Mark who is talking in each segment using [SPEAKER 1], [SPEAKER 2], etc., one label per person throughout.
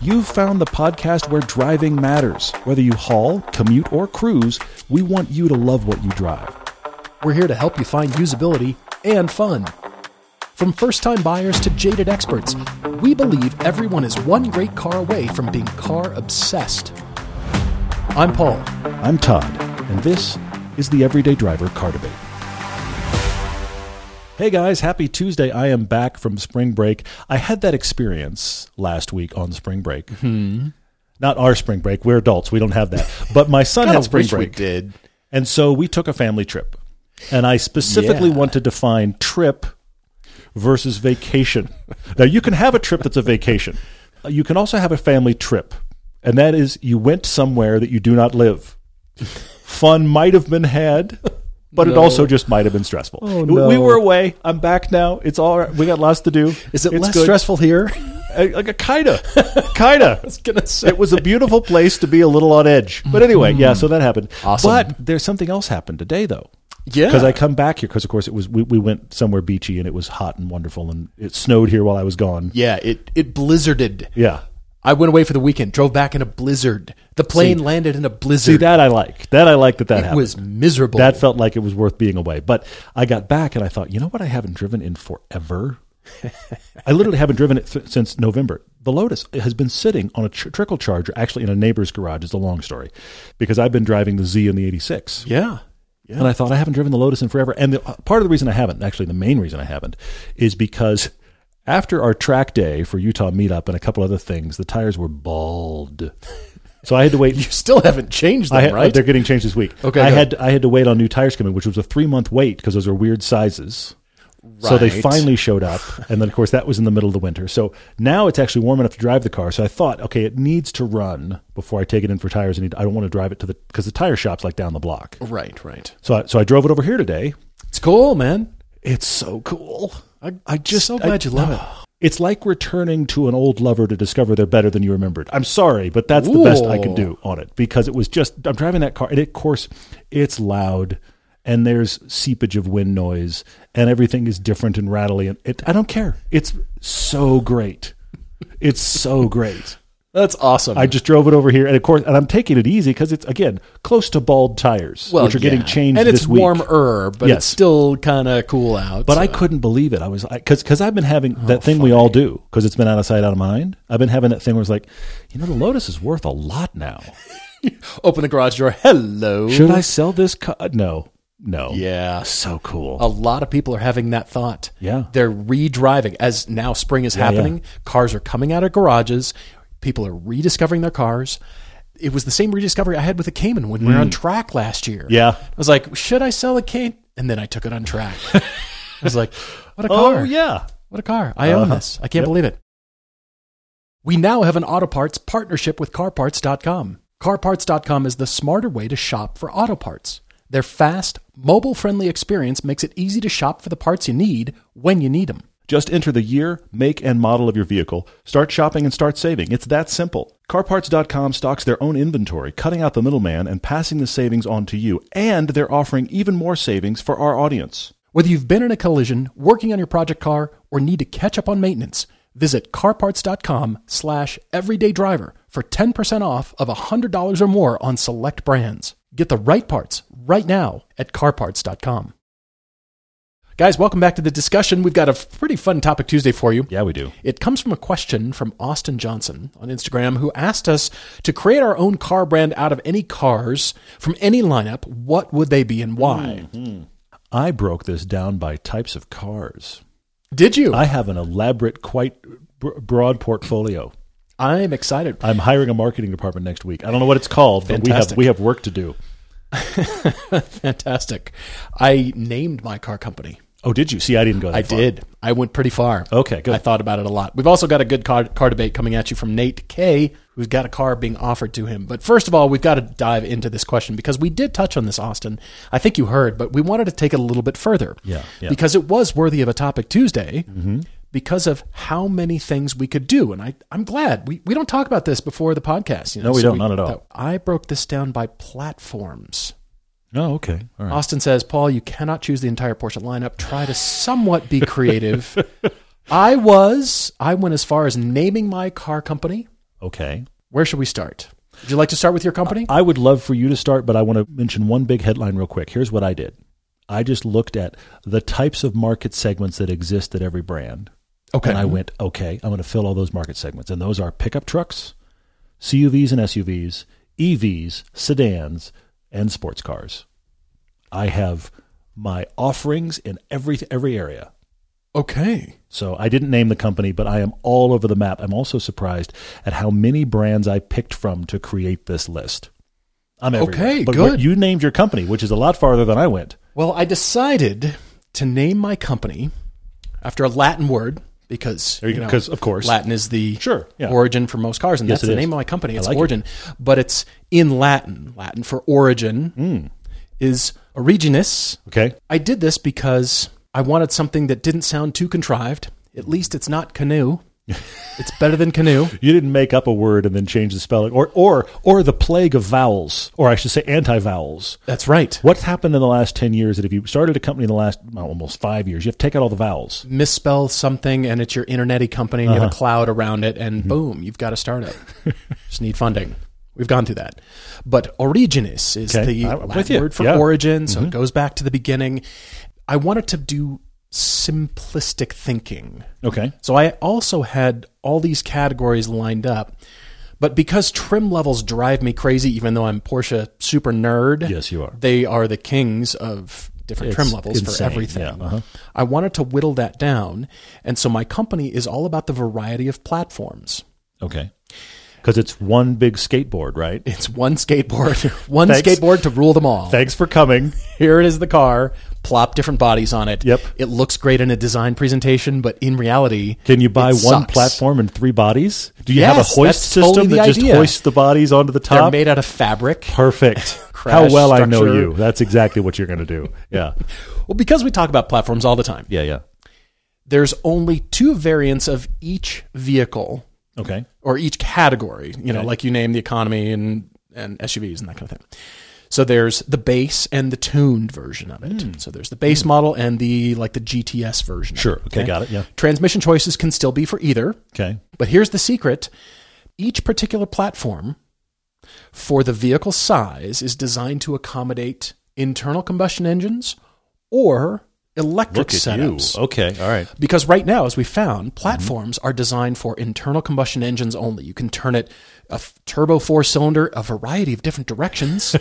[SPEAKER 1] You've found the podcast where driving matters. Whether you haul, commute, or cruise, we want you to love what you drive.
[SPEAKER 2] We're here to help you find usability and fun. From first time buyers to jaded experts, we believe everyone is one great car away from being car obsessed. I'm Paul.
[SPEAKER 1] I'm Todd, and this is the Everyday Driver Car Debate. Hey guys, happy Tuesday. I am back from spring break. I had that experience last week on spring break. Mm-hmm. Not our spring break. We're adults. We don't have that. But my son had spring break.
[SPEAKER 3] did.
[SPEAKER 1] And so we took a family trip. And I specifically
[SPEAKER 2] Yeah.
[SPEAKER 1] want to define trip versus vacation. now, you can have a trip that's a vacation. Uh, You can also have a family trip. And that is you went somewhere that you do not live. Fun might have been had, but it also just might have been stressful. We- We
[SPEAKER 2] Oh, no.
[SPEAKER 1] were away. I'm back now. It's all right. We got lots to do.
[SPEAKER 2] Is it
[SPEAKER 1] It's
[SPEAKER 2] less
[SPEAKER 1] good.
[SPEAKER 2] stressful here?
[SPEAKER 1] Uh, Like a kinda. Kinda.
[SPEAKER 2] Gonna say.
[SPEAKER 1] It was a beautiful place to be a little on edge. But anyway, yeah, so that happened.
[SPEAKER 2] Awesome.
[SPEAKER 1] But there's something else happened today though.
[SPEAKER 3] Yeah.
[SPEAKER 1] Because I come back here because of course it was we, we went somewhere beachy and it was hot and wonderful and it snowed here while I was gone.
[SPEAKER 3] yeah, it it blizzarded.
[SPEAKER 1] Yeah.
[SPEAKER 3] I went away for the weekend, drove back in a blizzard. The plane landed in a blizzard.
[SPEAKER 1] See that I like. That I like that that
[SPEAKER 3] it
[SPEAKER 1] happened.
[SPEAKER 3] was miserable.
[SPEAKER 1] that felt like it was worth being away. But I got back and I thought, you know what? I haven't driven in forever. I literally haven't driven it th- since November. The Lotus has been sitting on a tr- trickle charger, actually in a neighbor's garage. It's a long story because I've been driving the Z and the 86.
[SPEAKER 3] yeah. Yeah.
[SPEAKER 1] And I thought I haven't driven the Lotus in forever. And the, uh, part of the reason I haven't, actually the main reason I haven't, is because after our track day for Utah meetup and a couple other things, the tires were bald. So I had to wait.
[SPEAKER 3] You still haven't changed them,
[SPEAKER 1] I had,
[SPEAKER 3] right?
[SPEAKER 1] They're getting changed this week.
[SPEAKER 3] Okay,
[SPEAKER 1] I
[SPEAKER 3] good.
[SPEAKER 1] had I had to wait on new tires coming, which was a three month wait because those are weird sizes. So they
[SPEAKER 3] Right.
[SPEAKER 1] finally showed up, and then of course that was in the middle of the winter. So now it's actually warm enough to drive the car. So I thought, okay, it needs to run before I take it in for tires. I need I don't want to drive it to the because the tire shop's like down the block.
[SPEAKER 3] right, right.
[SPEAKER 1] So I, so I drove it over here today.
[SPEAKER 3] It's cool, man.
[SPEAKER 1] It's so cool.
[SPEAKER 3] I,
[SPEAKER 1] I just
[SPEAKER 3] so glad
[SPEAKER 1] I-
[SPEAKER 3] you love it.
[SPEAKER 1] It's like returning to an old lover to discover they're better than you remembered. I'm sorry, but that's the best I can
[SPEAKER 3] Ooh.
[SPEAKER 1] do on it because it was just I'm driving that car and it, of course it's loud and there's seepage of wind noise and everything is different and rattly and it, I don't care. It's so great. It's so great.
[SPEAKER 3] That's awesome.
[SPEAKER 1] I just drove it over here and of course and I'm taking it easy because it's again close to bald tires which are getting
[SPEAKER 3] yeah.
[SPEAKER 1] changed
[SPEAKER 3] and
[SPEAKER 1] this
[SPEAKER 3] it's
[SPEAKER 1] week.
[SPEAKER 3] warmer, but
[SPEAKER 1] Yes.
[SPEAKER 3] it's still kind of cool out.
[SPEAKER 1] But
[SPEAKER 3] so-
[SPEAKER 1] I couldn't believe it. I was because because I've been having that thing we all do because it's been out of sight, out of mind. I've been having that thing where it's like, you know, the Lotus is worth a lot now.
[SPEAKER 3] open the garage door. Hello.
[SPEAKER 1] Should I sell this? Car? No, no.
[SPEAKER 3] Yeah.
[SPEAKER 1] so cool.
[SPEAKER 3] a lot of people are having that thought.
[SPEAKER 1] Yeah.
[SPEAKER 3] They're redriving as now spring is happening. Cars are coming out of garages. People are rediscovering their cars. It was the same rediscovery I had with a Cayman when we were on track last year.
[SPEAKER 1] Mm. Yeah.
[SPEAKER 3] I was like, should I sell a Cayman? And then I took it on track. I was like, what a
[SPEAKER 1] oh
[SPEAKER 3] car.
[SPEAKER 1] yeah,
[SPEAKER 3] What a car. I own this. I can't believe it. We now have an auto parts partnership with carparts.com. Carparts.com is the smarter way to shop for auto parts. Their fast, mobile friendly experience makes it easy to shop for the parts you need when you need them.
[SPEAKER 1] Just enter the year, make, and model of your vehicle. Start shopping and start saving. It's that simple. CarParts.com stocks their own inventory, cutting out the middleman and passing the savings on to you. And they're offering even more savings for our audience.
[SPEAKER 3] Whether you've been in a collision, working on your project car, or need to catch up on maintenance, visit carparts.com slash everydaydriver for 10% off of $100 or more on select brands. Get the right parts right now at carparts.com. Guys, welcome back to the discussion. We've got a pretty fun topic Tuesday for you.
[SPEAKER 1] Yeah, we do.
[SPEAKER 3] It comes from a question from Austin Johnson on Instagram, who asked us to create our own car brand out of any cars from any lineup. What would they be and why?
[SPEAKER 1] I broke this down by types of cars.
[SPEAKER 3] Did you?
[SPEAKER 1] I have an elaborate, quite b- broad portfolio.
[SPEAKER 3] I'm excited.
[SPEAKER 1] I'm hiring a marketing department next week. I don't know what it's called, but we have
[SPEAKER 3] Fantastic.
[SPEAKER 1] we have work to do.
[SPEAKER 3] Fantastic. I named my car company.
[SPEAKER 1] Oh, did you see? I didn't go. That
[SPEAKER 3] I
[SPEAKER 1] far.
[SPEAKER 3] did. I went pretty far.
[SPEAKER 1] Okay, good.
[SPEAKER 3] I thought about it a lot. We've also got a good car, car debate coming at you from Nate K, who's got a car being offered to him. But first of all, we've got to dive into this question because we did touch on this, Austin. I think you heard, but we wanted to take it a little bit further.
[SPEAKER 1] Yeah, yeah. Mm-hmm.
[SPEAKER 3] Because it was worthy of a topic Tuesday. Because of how many things we could do. And I, I'm glad we, we don't talk about this before the podcast. You know?
[SPEAKER 1] No, we don't. Not at all.
[SPEAKER 3] I broke this down by platforms.
[SPEAKER 1] Oh, okay. All right.
[SPEAKER 3] Austin says, Paul, you cannot choose the entire Porsche lineup. Try to somewhat be creative. I was, I went as far as naming my car company.
[SPEAKER 1] Okay.
[SPEAKER 3] Where should we start? Would you like to start with your company?
[SPEAKER 1] I would love for you to start, but I want to mention one big headline real quick. Here's what I did I just looked at the types of market segments that exist at every brand.
[SPEAKER 3] Okay.
[SPEAKER 1] And I went, Uh, okay, I'm going to fill all those market segments. And those are pickup trucks, CUVs and SUVs, EVs, E sedans, and sports cars. I have my offerings in every every area.
[SPEAKER 3] Okay.
[SPEAKER 1] So I didn't name the company, but I am all over the map. I'm also surprised at how many brands I picked from to create this list. I'm everywhere.
[SPEAKER 3] Okay,
[SPEAKER 1] but
[SPEAKER 3] good.
[SPEAKER 1] you named your company, which is a lot farther than I went.
[SPEAKER 3] Well, I decided to name my company after a Latin word because
[SPEAKER 1] There you go, 'cause of course.
[SPEAKER 3] Latin is the
[SPEAKER 1] Sure, yeah.
[SPEAKER 3] origin for most cars, and
[SPEAKER 1] Yes,
[SPEAKER 3] that's
[SPEAKER 1] it
[SPEAKER 3] the
[SPEAKER 1] is.
[SPEAKER 3] name of my company. It's
[SPEAKER 1] like it.
[SPEAKER 3] origin, but it's in Latin. Latin for origin is originis.
[SPEAKER 1] Mm, Okay.
[SPEAKER 3] I did this because I wanted something that didn't sound too contrived. At least it's not canoe. it's better than canoe.
[SPEAKER 1] You didn't make up a word and then change the spelling, or or or the plague of vowels, or I should say anti-vowels.
[SPEAKER 3] That's right.
[SPEAKER 1] What's happened in the last ten years that if you started a company in the last well, almost five years, you have to take out all the vowels.
[SPEAKER 3] misspell something and it's your internety company and you
[SPEAKER 1] Uh-huh.
[SPEAKER 3] have a cloud around it and
[SPEAKER 1] Mm-hmm.
[SPEAKER 3] boom, you've got a startup. Just need funding. We've gone through that. But originis is
[SPEAKER 1] Okay,
[SPEAKER 3] the
[SPEAKER 1] I'm with
[SPEAKER 3] Latin
[SPEAKER 1] you.
[SPEAKER 3] word for
[SPEAKER 1] Yeah. Mm-hmm.
[SPEAKER 3] origin, so it goes back to the beginning. I wanted to do simplistic thinking.
[SPEAKER 1] Okay.
[SPEAKER 3] So I also had all these categories lined up. But because trim levels drive me crazy, even though I'm Porsche super nerd,
[SPEAKER 1] Yes, you are.
[SPEAKER 3] They are the kings of different trim
[SPEAKER 1] It's
[SPEAKER 3] levels for
[SPEAKER 1] insane,
[SPEAKER 3] everything.
[SPEAKER 1] yeah, uh-huh.
[SPEAKER 3] I wanted to whittle that down, and so my company is all about the variety of platforms.
[SPEAKER 1] Okay. Because it's one big skateboard, right?
[SPEAKER 3] It's one skateboard, one
[SPEAKER 1] Thanks.
[SPEAKER 3] skateboard to rule them all.
[SPEAKER 1] Thanks for coming.
[SPEAKER 3] Here it is, the car. Plop different bodies on it.
[SPEAKER 1] Yep.
[SPEAKER 3] It looks great in a design presentation, but in reality,
[SPEAKER 1] Can you buy
[SPEAKER 3] it
[SPEAKER 1] one
[SPEAKER 3] sucks.
[SPEAKER 1] platform and three bodies? Do you have a
[SPEAKER 3] Yes,
[SPEAKER 1] hoist
[SPEAKER 3] that's totally
[SPEAKER 1] system
[SPEAKER 3] the
[SPEAKER 1] that just
[SPEAKER 3] idea.
[SPEAKER 1] hoists the bodies onto the
[SPEAKER 3] They're
[SPEAKER 1] top?
[SPEAKER 3] made out of fabric.
[SPEAKER 1] Perfect.
[SPEAKER 3] Crash
[SPEAKER 1] How well I know
[SPEAKER 3] structure.
[SPEAKER 1] you. That's exactly what you're going to do. Yeah.
[SPEAKER 3] Well, because we talk about platforms all the time,
[SPEAKER 1] Yeah, yeah.
[SPEAKER 3] there's only two variants of each vehicle
[SPEAKER 1] Okay.
[SPEAKER 3] or each category, you know, like you name the economy and, and SUVs and that kind of thing. So there's the base and the tuned version of
[SPEAKER 1] Hmm.
[SPEAKER 3] it. So there's the base model and the like the GTS version. of
[SPEAKER 1] Sure. Okay, got it. Yeah.
[SPEAKER 3] Transmission choices can still be for either,
[SPEAKER 1] Okay.
[SPEAKER 3] but here's the secret. Each particular platform for the vehicle size is designed to accommodate internal combustion engines or electric setups.
[SPEAKER 1] Okay. All right. Mm-hmm.
[SPEAKER 3] Because right now, as we found, platforms are designed for internal combustion engines only. You can turn it a f- turbo four cylinder a variety of different directions,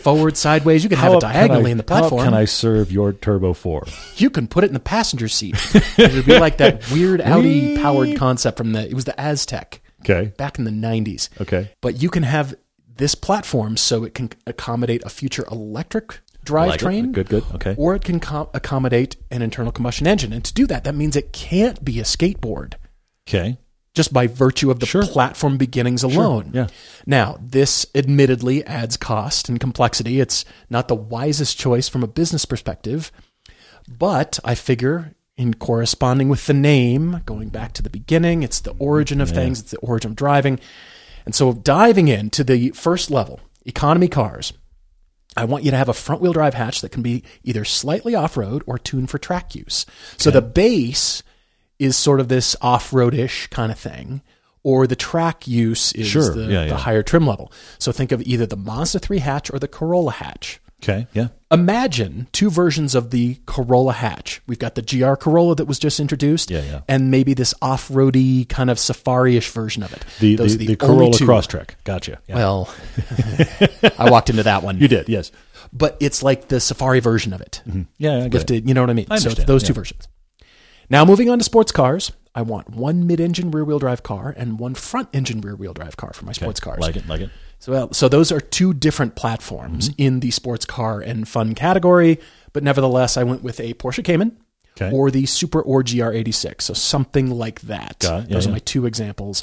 [SPEAKER 3] forward, sideways. You can have it
[SPEAKER 1] can
[SPEAKER 3] diagonally
[SPEAKER 1] I-
[SPEAKER 3] in the platform.
[SPEAKER 1] How can I serve your Turbo 4?
[SPEAKER 3] You can put it in the passenger seat. it would be like that weird Audi powered concept from the it was the Aztec
[SPEAKER 1] Okay.
[SPEAKER 3] back in the nineties.
[SPEAKER 1] Okay.
[SPEAKER 3] But you can have this platform so it can accommodate a future electric
[SPEAKER 1] Like it.
[SPEAKER 3] drivetrain.
[SPEAKER 1] Good, good. Okay.
[SPEAKER 3] Or it can com- accommodate an internal combustion engine. And to do that, that means it can't be a skateboard
[SPEAKER 1] Okay.
[SPEAKER 3] just by virtue of the platform beginnings alone.
[SPEAKER 1] yeah.
[SPEAKER 3] Now, this admittedly adds cost and complexity. It's not the wisest choice from a business perspective, but I figure in corresponding with the name, going back to the beginning, it's the origin of things, it's the origin of driving. And so diving into the first level, economy cars. I want you to have a front wheel drive hatch that can be either slightly off road or tuned for track use. So the base is sort of this off road ish kind of thing, or the track use is
[SPEAKER 1] Sure.
[SPEAKER 3] the,
[SPEAKER 1] Yeah,
[SPEAKER 3] the
[SPEAKER 1] yeah.
[SPEAKER 3] higher trim level. So think of either the Mazda 3 hatch or the Corolla hatch.
[SPEAKER 1] Okay. Yeah.
[SPEAKER 3] Imagine two versions of the Corolla hatch. We've got the GR Corolla that was just introduced,
[SPEAKER 1] Yeah, yeah.
[SPEAKER 3] and maybe this off roady kind of safari ish version of it.
[SPEAKER 1] The,
[SPEAKER 3] Those
[SPEAKER 1] the,
[SPEAKER 3] are
[SPEAKER 1] the,
[SPEAKER 3] only
[SPEAKER 1] Corolla
[SPEAKER 3] two-
[SPEAKER 1] Crosstrek. Gotcha. Yeah.
[SPEAKER 3] Well, I walked into that one
[SPEAKER 1] you did. Yes.
[SPEAKER 3] but it's like the Safari version of it.
[SPEAKER 1] Yeah. Mm-hmm. I get it.
[SPEAKER 3] Lifted, you know what I mean? so it's
[SPEAKER 1] understand,
[SPEAKER 3] those
[SPEAKER 1] yeah.
[SPEAKER 3] two versions. Now moving on to sports cars, I want one mid-engine rear-wheel drive car and one front-engine rear-wheel drive car for my sports cars.
[SPEAKER 1] Like it. Like it.
[SPEAKER 3] So, well, so those are two different platforms
[SPEAKER 1] Mm-hmm.
[SPEAKER 3] in the sports car and fun category, but nevertheless, I went with a Porsche Cayman
[SPEAKER 1] Okay.
[SPEAKER 3] or the Super or GR86, so something like that.
[SPEAKER 1] Got it. Yeah,
[SPEAKER 3] those
[SPEAKER 1] yeah.
[SPEAKER 3] are my two examples.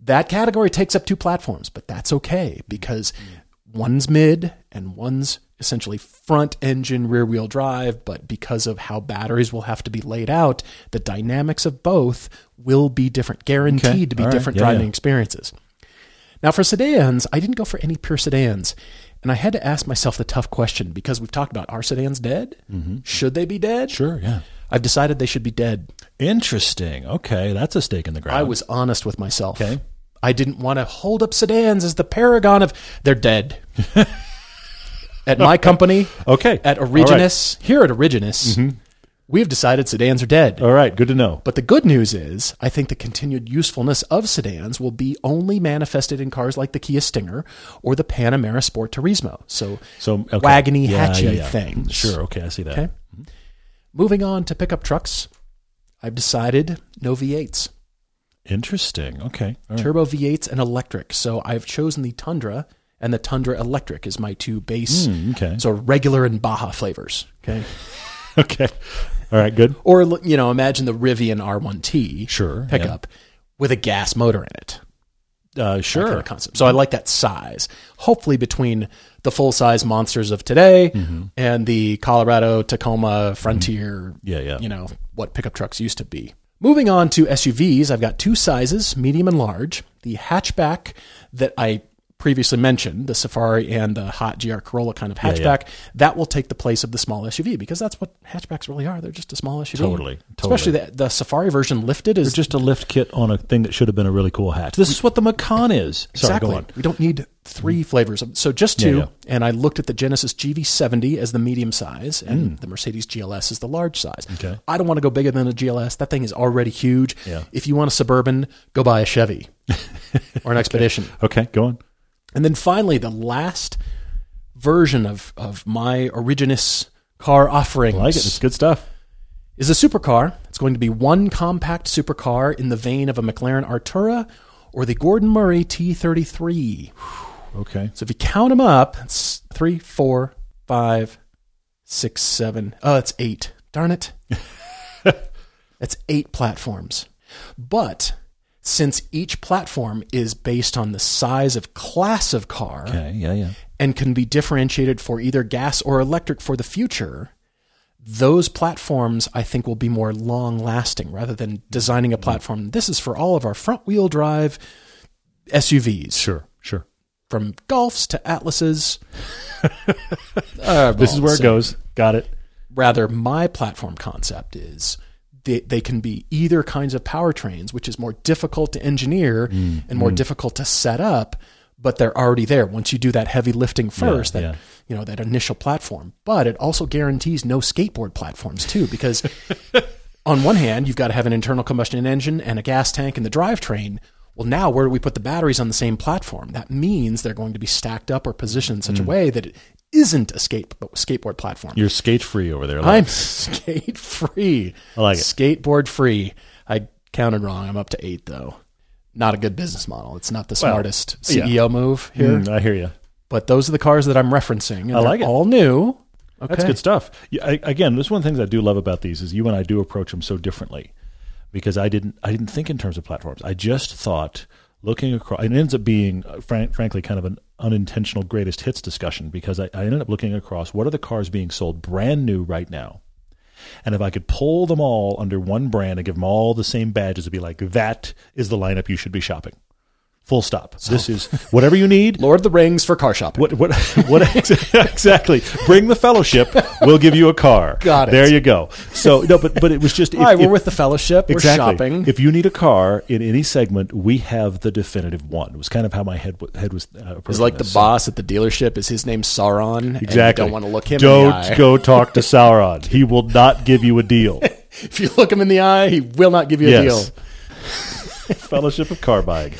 [SPEAKER 3] That category takes up two platforms, but that's okay because
[SPEAKER 1] Mm.
[SPEAKER 3] one's mid and one's essentially front engine rear wheel drive, but because of how batteries will have to be laid out, the dynamics of both will be different, guaranteed to be
[SPEAKER 1] All right.
[SPEAKER 3] different
[SPEAKER 1] Yeah,
[SPEAKER 3] driving
[SPEAKER 1] yeah.
[SPEAKER 3] experiences. Now, for sedans, I didn't go for any pure sedans. And I had to ask myself the tough question because we've talked about are sedans dead? Should they be dead?
[SPEAKER 1] Mm-hmm. Sure. Yeah.
[SPEAKER 3] I've decided they should be dead.
[SPEAKER 1] Interesting. Okay. That's a stake in the ground.
[SPEAKER 3] I was honest with myself.
[SPEAKER 1] Okay.
[SPEAKER 3] I didn't want to hold up sedans as the paragon of. They're dead. at my company,
[SPEAKER 1] Okay.
[SPEAKER 3] at
[SPEAKER 1] All right. Mm-hmm.
[SPEAKER 3] Originus, here at Originus, we've decided sedans are dead.
[SPEAKER 1] All right. Good to know.
[SPEAKER 3] But the good news is, I think the continued usefulness of sedans will be only manifested in cars like the Kia Stinger or the Panamera Sport Turismo. So,
[SPEAKER 1] So okay.
[SPEAKER 3] wagony,
[SPEAKER 1] Yeah,
[SPEAKER 3] hatchy
[SPEAKER 1] yeah, yeah.
[SPEAKER 3] things.
[SPEAKER 1] Sure. Okay. I see that.
[SPEAKER 3] Okay. Moving on to pickup trucks, I've decided no V8s,
[SPEAKER 1] Interesting. Okay. All right.
[SPEAKER 3] turbo V8s and electric. So I've chosen the Tundra and the Tundra Electric is my two base,
[SPEAKER 1] Mm, okay.
[SPEAKER 3] so regular and Baja flavors. Okay.
[SPEAKER 1] Okay. All right. Good.
[SPEAKER 3] Or, you know, imagine the Rivian R1T
[SPEAKER 1] Sure, yeah.
[SPEAKER 3] pickup with a gas motor in it.
[SPEAKER 1] Uh,
[SPEAKER 3] that
[SPEAKER 1] sure.
[SPEAKER 3] kind of concept. So I like that size. Hopefully, between the full size monsters of today
[SPEAKER 1] Mm-hmm.
[SPEAKER 3] and the Colorado Tacoma Frontier,
[SPEAKER 1] Yeah, yeah.
[SPEAKER 3] you know what pickup trucks used to be. Moving on to SUVs, I've got two sizes, medium and large. The hatchback that I previously mentioned, the Safari and the hot GR Corolla kind of hatchback,
[SPEAKER 1] yeah.
[SPEAKER 3] that will take the place of the small SUV because that's what hatchbacks really are. They're just a small SUV.
[SPEAKER 1] Totally, totally.
[SPEAKER 3] Especially the, the Safari version lifted is
[SPEAKER 1] Just a lift kit on a thing that should have been a really cool hatch. This is what the Macan is. Sorry,
[SPEAKER 3] exactly.
[SPEAKER 1] go on. Mm.
[SPEAKER 3] We don't need three flavors. So just two.
[SPEAKER 1] Yeah, yeah.
[SPEAKER 3] And I looked at the Genesis GV70 as the medium size and the Mercedes GLS as the large size.
[SPEAKER 1] Mm. Okay.
[SPEAKER 3] I don't want to go bigger than a GLS. That thing is already huge.
[SPEAKER 1] Yeah.
[SPEAKER 3] If you want a Suburban, go buy a Chevy or an Expedition.
[SPEAKER 1] Okay, go on.
[SPEAKER 3] And then finally, the last version of, of my Originus car offerings
[SPEAKER 1] I like it. It's good stuff.
[SPEAKER 3] is a supercar. It's going to be one compact supercar in the vein of a McLaren Artura or the Gordon Murray T33.
[SPEAKER 1] Okay.
[SPEAKER 3] So if you count them up, it's three, four, five, six, seven. Oh, it's eight. Darn it. That's eight platforms. But since each platform is based on the size of class of car
[SPEAKER 1] Okay. Yeah, yeah.
[SPEAKER 3] and can be differentiated for either gas or electric for the future, those platforms I think will be more long lasting rather than designing
[SPEAKER 1] Mm-hmm.
[SPEAKER 3] a platform. This is for all of our front wheel drive SUVs
[SPEAKER 1] Sure, sure.
[SPEAKER 3] from golfs to atlases. Uh,
[SPEAKER 1] This is where it
[SPEAKER 3] so
[SPEAKER 1] goes. Got it.
[SPEAKER 3] Rather, my platform concept is they, they can be either kinds of powertrains, which is more difficult to engineer
[SPEAKER 1] Mm,
[SPEAKER 3] and more difficult to set up, but they're already there. Once you do that heavy lifting first, that
[SPEAKER 1] yeah.
[SPEAKER 3] you know that initial platform, but it also guarantees no skateboard platforms too, because on one hand, you've got to have an internal combustion engine and a gas tank and the drivetrain. Well, now where do we put the batteries on the same platform? That means they're going to be stacked up or positioned in such
[SPEAKER 1] Mm.
[SPEAKER 3] a way that it isn't a skate, skateboard platform.
[SPEAKER 1] You're skate free over there.
[SPEAKER 3] I'm skate free.
[SPEAKER 1] I like it.
[SPEAKER 3] Skateboard free. I counted wrong. I'm up to eight, though. Not a good business model. It's not the smartest
[SPEAKER 1] yeah.
[SPEAKER 3] CEO move here.
[SPEAKER 1] Mm, I hear you.
[SPEAKER 3] But those are the cars that I'm referencing. and
[SPEAKER 1] I like
[SPEAKER 3] they're
[SPEAKER 1] it.
[SPEAKER 3] All new. Okay.
[SPEAKER 1] That's good stuff. Yeah, I, again, this is one of the things I do love about these is you and I do approach them so differently because I didn't I didn't think in terms of platforms. I just thought looking across and it ends up being uh, frank, frankly kind of an unintentional greatest hits discussion because I, I ended up looking across what are the cars being sold brand new right now and if I could pull them all under one brand and give them all the same badges, it'd be like that is the lineup you should be shopping. Full stop. This is whatever you need.
[SPEAKER 3] Lord of the Rings for car shopping.
[SPEAKER 1] What what what exactly? Bring the fellowship. We'll give you a car.
[SPEAKER 3] Got it.
[SPEAKER 1] There you go. So no, but but it was just. If,
[SPEAKER 3] All right, we're
[SPEAKER 1] if-
[SPEAKER 3] with the fellowship.
[SPEAKER 1] exactly.
[SPEAKER 3] We're shopping.
[SPEAKER 1] If you need a car in any segment, we have the definitive one. It was kind of how my head w- head was. Uh,
[SPEAKER 3] It's like the boss at the dealership. Is his name Sauron?
[SPEAKER 1] Exactly.
[SPEAKER 3] And you don't want to look him in the
[SPEAKER 1] Don't
[SPEAKER 3] eye.
[SPEAKER 1] go talk to Sauron. He will not give you a deal.
[SPEAKER 3] If you look him in the eye, he will not give you a
[SPEAKER 1] yes.
[SPEAKER 3] deal.
[SPEAKER 1] Fellowship of Car Buying.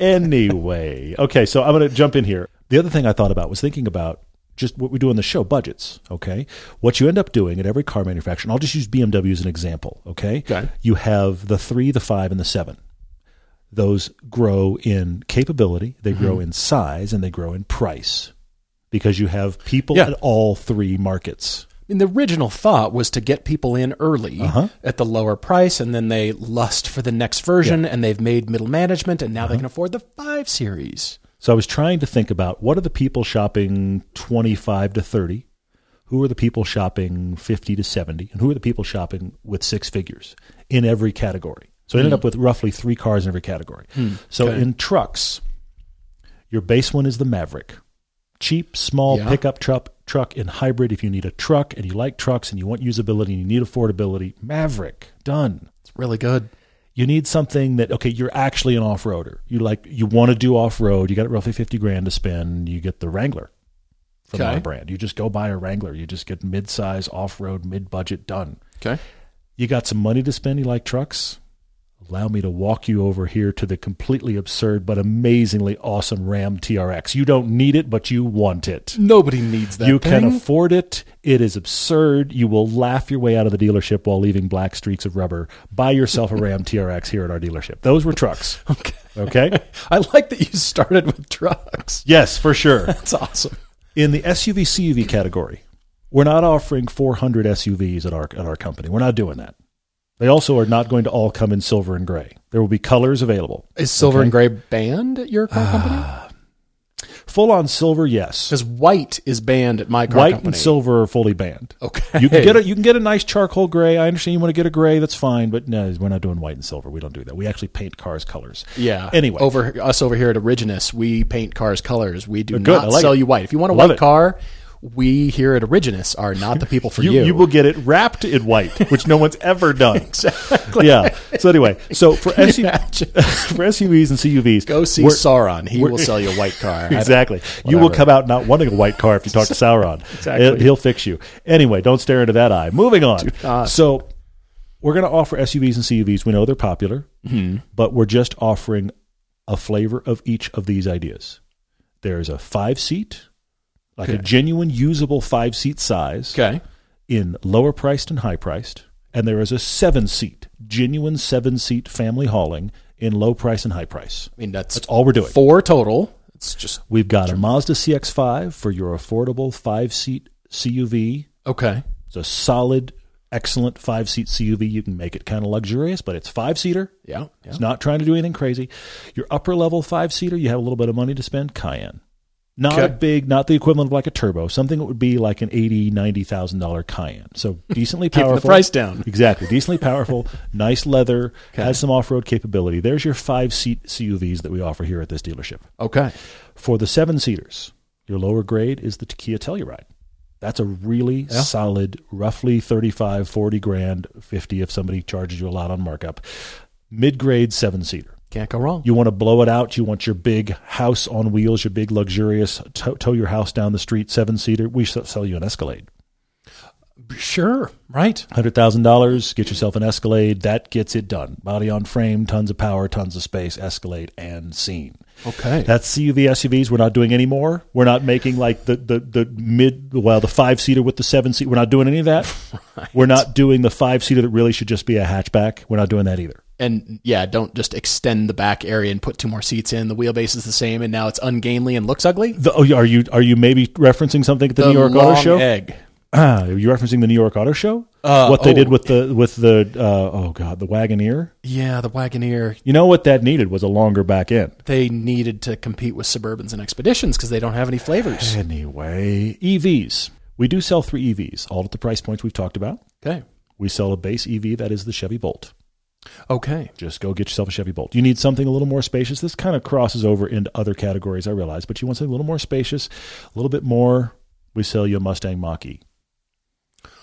[SPEAKER 1] Anyway, okay, so I'm going to jump in here. The other thing I thought about was thinking about just what we do on the show budgets. Okay, what you end up doing at every car manufacturer. And I'll just use BMW as an example. Okay,
[SPEAKER 3] Okay.
[SPEAKER 1] you have the three, the five, and the seven. Those grow in capability, they
[SPEAKER 3] Mm-hmm.
[SPEAKER 1] grow in size, and they grow in price because you have people
[SPEAKER 3] Yeah.
[SPEAKER 1] at all three markets.
[SPEAKER 3] I mean, the original thought was to get people in early
[SPEAKER 1] Uh-huh.
[SPEAKER 3] at the lower price, and then they lust for the next version, and they've made middle management, and now
[SPEAKER 1] Uh-huh.
[SPEAKER 3] they can afford the five series.
[SPEAKER 1] So I was trying to think about what are the people shopping 25 to 30? Who are the people shopping 50 to 70? And who are the people shopping with six figures in every category? So I ended up with roughly three cars in every category. So in trucks, your base one is the Maverick. Cheap, small
[SPEAKER 3] Yeah.
[SPEAKER 1] pickup truck, truck in hybrid. If you need a truck and you like trucks and you want usability and you need affordability, Maverick, done.
[SPEAKER 3] It's really good.
[SPEAKER 1] You need something that okay, you're actually an off-roader. You like you want to do off-road. You got roughly 50 grand to spend. You get the Wrangler from
[SPEAKER 3] Okay.
[SPEAKER 1] our brand. You just go buy a Wrangler. You just get mid-size off-road, mid-budget done.
[SPEAKER 3] Okay.
[SPEAKER 1] You got some money to spend. You like trucks? Allow me to walk you over here to the completely absurd but amazingly awesome Ram TRX. You don't need it, but you want it.
[SPEAKER 3] Nobody needs that.
[SPEAKER 1] You
[SPEAKER 3] thing.
[SPEAKER 1] can afford it. It is absurd. You will laugh your way out of the dealership while leaving black streaks of rubber. Buy yourself a Ram TRX here at our dealership. Those were trucks.
[SPEAKER 3] Okay.
[SPEAKER 1] Okay?
[SPEAKER 3] I like that you started with trucks.
[SPEAKER 1] yes, for sure.
[SPEAKER 3] That's awesome.
[SPEAKER 1] In the SUV CUV category, we're not offering 400 SUVs at our at our company. We're not doing that. They also are not going to all come in silver and gray. There will be colors available.
[SPEAKER 3] Is silver and gray banned at your car
[SPEAKER 1] Uh,
[SPEAKER 3] company?
[SPEAKER 1] Full on silver, yes.
[SPEAKER 3] Because white is banned at my car
[SPEAKER 1] White
[SPEAKER 3] company.
[SPEAKER 1] and silver are fully banned.
[SPEAKER 3] Okay.
[SPEAKER 1] You can get a you can get a nice charcoal gray. I understand you want to get a gray. That's fine, but no, we're not doing white and silver. We don't do that. We actually paint cars colors.
[SPEAKER 3] Yeah.
[SPEAKER 1] Anyway.
[SPEAKER 3] over us over here at Originus, we paint cars colors. We do
[SPEAKER 1] good. I
[SPEAKER 3] not
[SPEAKER 1] like
[SPEAKER 3] sell
[SPEAKER 1] it.
[SPEAKER 3] you white. If you want a
[SPEAKER 1] Love
[SPEAKER 3] white
[SPEAKER 1] it.
[SPEAKER 3] car, we here at Originus are not the people for
[SPEAKER 1] you,
[SPEAKER 3] you.
[SPEAKER 1] you will get it wrapped in white, which no one's ever done. exactly. Yeah. So anyway, so for SUVs,
[SPEAKER 3] Imagine.
[SPEAKER 1] for SUVs and CUVs,
[SPEAKER 3] Go see
[SPEAKER 1] we're-
[SPEAKER 3] Sauron. He will sell you a white car. I don't-
[SPEAKER 1] Exactly. You will
[SPEAKER 3] whatever.
[SPEAKER 1] come out not wanting a white car if you talk to Sauron.
[SPEAKER 3] Exactly.
[SPEAKER 1] He'll fix you. Anyway, don't stare into that eye. Moving on. So we're going to offer SUVs and CUVs. We know they're popular,
[SPEAKER 3] Mm-hmm.
[SPEAKER 1] but we're just offering a flavor of each of these ideas. There's a five seat, like a genuine usable five seat size
[SPEAKER 3] Okay.
[SPEAKER 1] in lower priced and high priced, and there is a seven seat, genuine seven seat family hauling in low price and high price.
[SPEAKER 3] I mean that's,
[SPEAKER 1] That's all we're doing.
[SPEAKER 3] four total. It's just
[SPEAKER 1] We've got a Mazda CX5 for your affordable five seat CUV.
[SPEAKER 3] okay.
[SPEAKER 1] It's a solid, excellent five seat CUV. You can make it kind of luxurious, but it's five seater.
[SPEAKER 3] Yeah. yeah.
[SPEAKER 1] It's not trying to do anything crazy. Your upper level five seater, you have a little bit of money to spend, Cayenne. Not a
[SPEAKER 3] Okay.
[SPEAKER 1] big, not the equivalent of like a turbo, something that would be like an eighty, ninety thousand dollar Cayenne. So decently
[SPEAKER 3] Keeping the
[SPEAKER 1] powerful.
[SPEAKER 3] price down.
[SPEAKER 1] Exactly. Decently powerful, nice leather, has some off road capability. There's your five seat CUVs that we offer here at this dealership.
[SPEAKER 3] Okay.
[SPEAKER 1] For the seven seaters, your lower grade is the Kia Telluride. That's a really solid, roughly 35, 40 grand, 50 if somebody charges you a lot on markup. Mid grade seven seater.
[SPEAKER 3] Can't go wrong.
[SPEAKER 1] You want to blow it out. You want your big house on wheels, your big luxurious tow, tow your house down the street seven seater. We s- sell you an Escalade.
[SPEAKER 3] Sure. Right.
[SPEAKER 1] Hundred thousand dollars, get yourself an Escalade. That gets it done. Body on frame, tons of power, tons of space. Escalade and scene.
[SPEAKER 3] Okay.
[SPEAKER 1] That's CUV SUVs. We're not doing any more. We're not making like the the, the mid well the five seater with the seven seat. We're not doing any of that. We're not doing the five seater that really should just be a hatchback. We're not doing that either.
[SPEAKER 3] and yeah, don't just extend the back area and put two more seats in. The wheelbase is the same, and now it's ungainly and looks ugly.
[SPEAKER 1] The, oh, are you are you maybe referencing something at the, New York
[SPEAKER 3] long
[SPEAKER 1] Auto Show?
[SPEAKER 3] egg.
[SPEAKER 1] Ah, are you referencing the New York Auto Show?
[SPEAKER 3] Uh,
[SPEAKER 1] what they
[SPEAKER 3] oh.
[SPEAKER 1] did with the with the uh, oh god the Wagoneer.
[SPEAKER 3] Yeah, the Wagoneer.
[SPEAKER 1] You know what that needed was a longer back end.
[SPEAKER 3] They needed to compete with Suburbans and Expeditions because they don't have any flavors.
[SPEAKER 1] Anyway, EVs. We do sell three EVs, all at the price points we've talked about.
[SPEAKER 3] Okay.
[SPEAKER 1] We sell a base EV that is the Chevy Bolt.
[SPEAKER 3] Okay.
[SPEAKER 1] Just go get yourself a Chevy Bolt. You need something a little more spacious. This kind of crosses over into other categories, I realize, but you want something a little more spacious, a little bit more. We sell you a Mustang Mach E.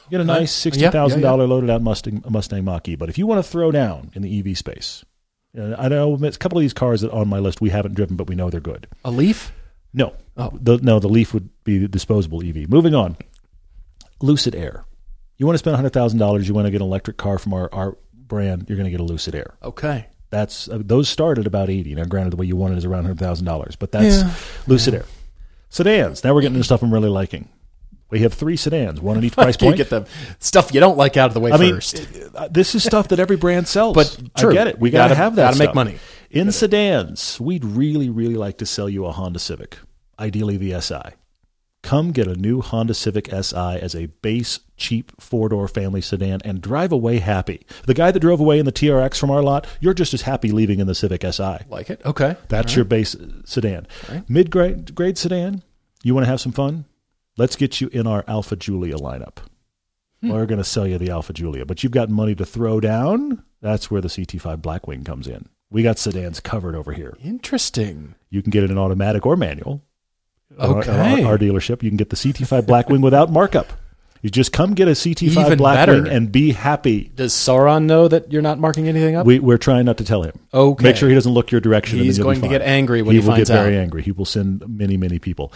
[SPEAKER 1] You get a
[SPEAKER 3] Okay.
[SPEAKER 1] nice sixty
[SPEAKER 3] Yeah,
[SPEAKER 1] thousand
[SPEAKER 3] yeah,
[SPEAKER 1] thousand dollar
[SPEAKER 3] yeah.
[SPEAKER 1] loaded out Mustang Mustang Mach E. But if you want to throw down in the EV space, and I know it's a couple of these cars that are on my list we haven't driven, but we know they're good.
[SPEAKER 3] A leaf?
[SPEAKER 1] No.
[SPEAKER 3] Oh.
[SPEAKER 1] The, no, the Leaf would be the disposable EV. Moving on. Lucid Air. You want to spend $100,000, you want to get an electric car from our, our brand, you're going to get a Lucid Air.
[SPEAKER 3] Okay.
[SPEAKER 1] That's uh, those start at about 80. Now granted the way you want it is around $100,000, but that's Lucid Air. Sedans. Now we're getting into stuff I'm really liking. We have three sedans, one at each price
[SPEAKER 3] You
[SPEAKER 1] point.
[SPEAKER 3] get the stuff you don't like out of the way
[SPEAKER 1] I mean,
[SPEAKER 3] first.
[SPEAKER 1] uh, this is stuff that every brand sells.
[SPEAKER 3] But true.
[SPEAKER 1] I get it. We got
[SPEAKER 3] Gotta-
[SPEAKER 1] to have that.
[SPEAKER 3] gotta make
[SPEAKER 1] stuff.
[SPEAKER 3] money.
[SPEAKER 1] In sedans, we'd really, really like to sell you a Honda Civic, ideally the SI. Come get a new Honda Civic SI as a base, cheap four door family sedan and drive away happy. The guy that drove away in the TRX from our lot, you're just as happy leaving in the Civic SI.
[SPEAKER 3] like it? Okay.
[SPEAKER 1] That's your base uh, sedan. Mid grade grade sedan, you want to have some fun? Let's get you in our Alpha Julia lineup.
[SPEAKER 3] Hmm.
[SPEAKER 1] We're going to sell you the Alpha Julia, but you've got money to throw down. That's where the CT5 Blackwing comes in. We got sedans covered over here.
[SPEAKER 3] Interesting.
[SPEAKER 1] You can get it in automatic or manual. At our- at
[SPEAKER 3] Okay.
[SPEAKER 1] Our, our dealership, you can get the CT5 Blackwing without markup. You just come get a CT5
[SPEAKER 3] Even
[SPEAKER 1] Blackwing
[SPEAKER 3] better.
[SPEAKER 1] and be happy.
[SPEAKER 3] Does Sauron know that you're not marking anything up?
[SPEAKER 1] We, we're trying not to tell him.
[SPEAKER 3] Okay.
[SPEAKER 1] Make sure he doesn't look your direction. and
[SPEAKER 3] He's
[SPEAKER 1] then you'll be
[SPEAKER 3] going to
[SPEAKER 1] fine.
[SPEAKER 3] get angry when he
[SPEAKER 1] will
[SPEAKER 3] finds
[SPEAKER 1] get very
[SPEAKER 3] out.
[SPEAKER 1] angry. He will send many, many people.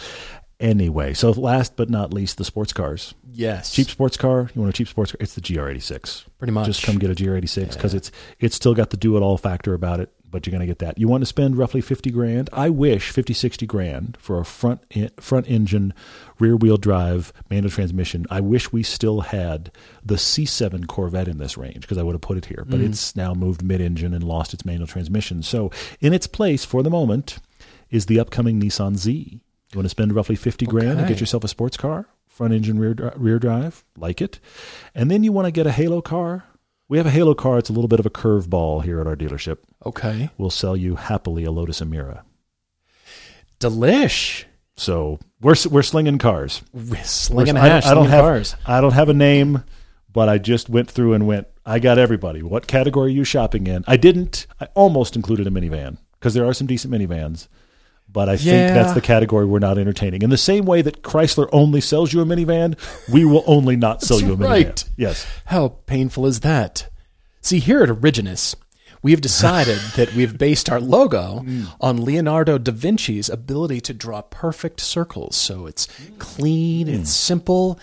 [SPEAKER 1] Anyway, so last but not least, the sports cars.
[SPEAKER 3] yes.
[SPEAKER 1] Cheap sports car. You want a cheap sports car? It's the GR86.
[SPEAKER 3] Pretty much.
[SPEAKER 1] Just come get a GR86 because it's it's still got the do it all factor about it. But you're going to get that. You want to spend roughly 50 grand. I wish 50, 60 grand for a front en- front engine, rear wheel drive manual transmission. I wish we still had the C7 Corvette in this range because I would have put it here. But
[SPEAKER 3] Mm.
[SPEAKER 1] it's now moved mid engine and lost its manual transmission. So in its place for the moment is the upcoming Nissan Z. You want to spend roughly 50 grand and
[SPEAKER 3] Okay.
[SPEAKER 1] get yourself a sports car, front engine, rear, dri- rear drive, like it. And then you want to get a Halo car. We have a Halo car. It's a little bit of a curveball here at our dealership.
[SPEAKER 3] Okay.
[SPEAKER 1] We'll sell you happily a Lotus Emira.
[SPEAKER 3] Delish.
[SPEAKER 1] So we're, s- we're slinging cars.
[SPEAKER 3] Slinging
[SPEAKER 1] We're- I-
[SPEAKER 3] hash.
[SPEAKER 1] I, don't
[SPEAKER 3] slinging
[SPEAKER 1] have,
[SPEAKER 3] bars.
[SPEAKER 1] I don't have a name, but I just went through and went, I got everybody. What category are you shopping in? I didn't. I almost included a minivan because there are some decent minivans. But I
[SPEAKER 3] Yeah.
[SPEAKER 1] think that's the category we're not entertaining. In the same way that Chrysler only sells you a minivan, we will only not sell you a minivan.
[SPEAKER 3] right.
[SPEAKER 1] Yes.
[SPEAKER 3] How painful is that? See, here at Originus, we have decided that we've based our logo
[SPEAKER 1] Mm.
[SPEAKER 3] on Leonardo da Vinci's ability to draw perfect circles. So it's
[SPEAKER 1] Mm.
[SPEAKER 3] clean, it's simple.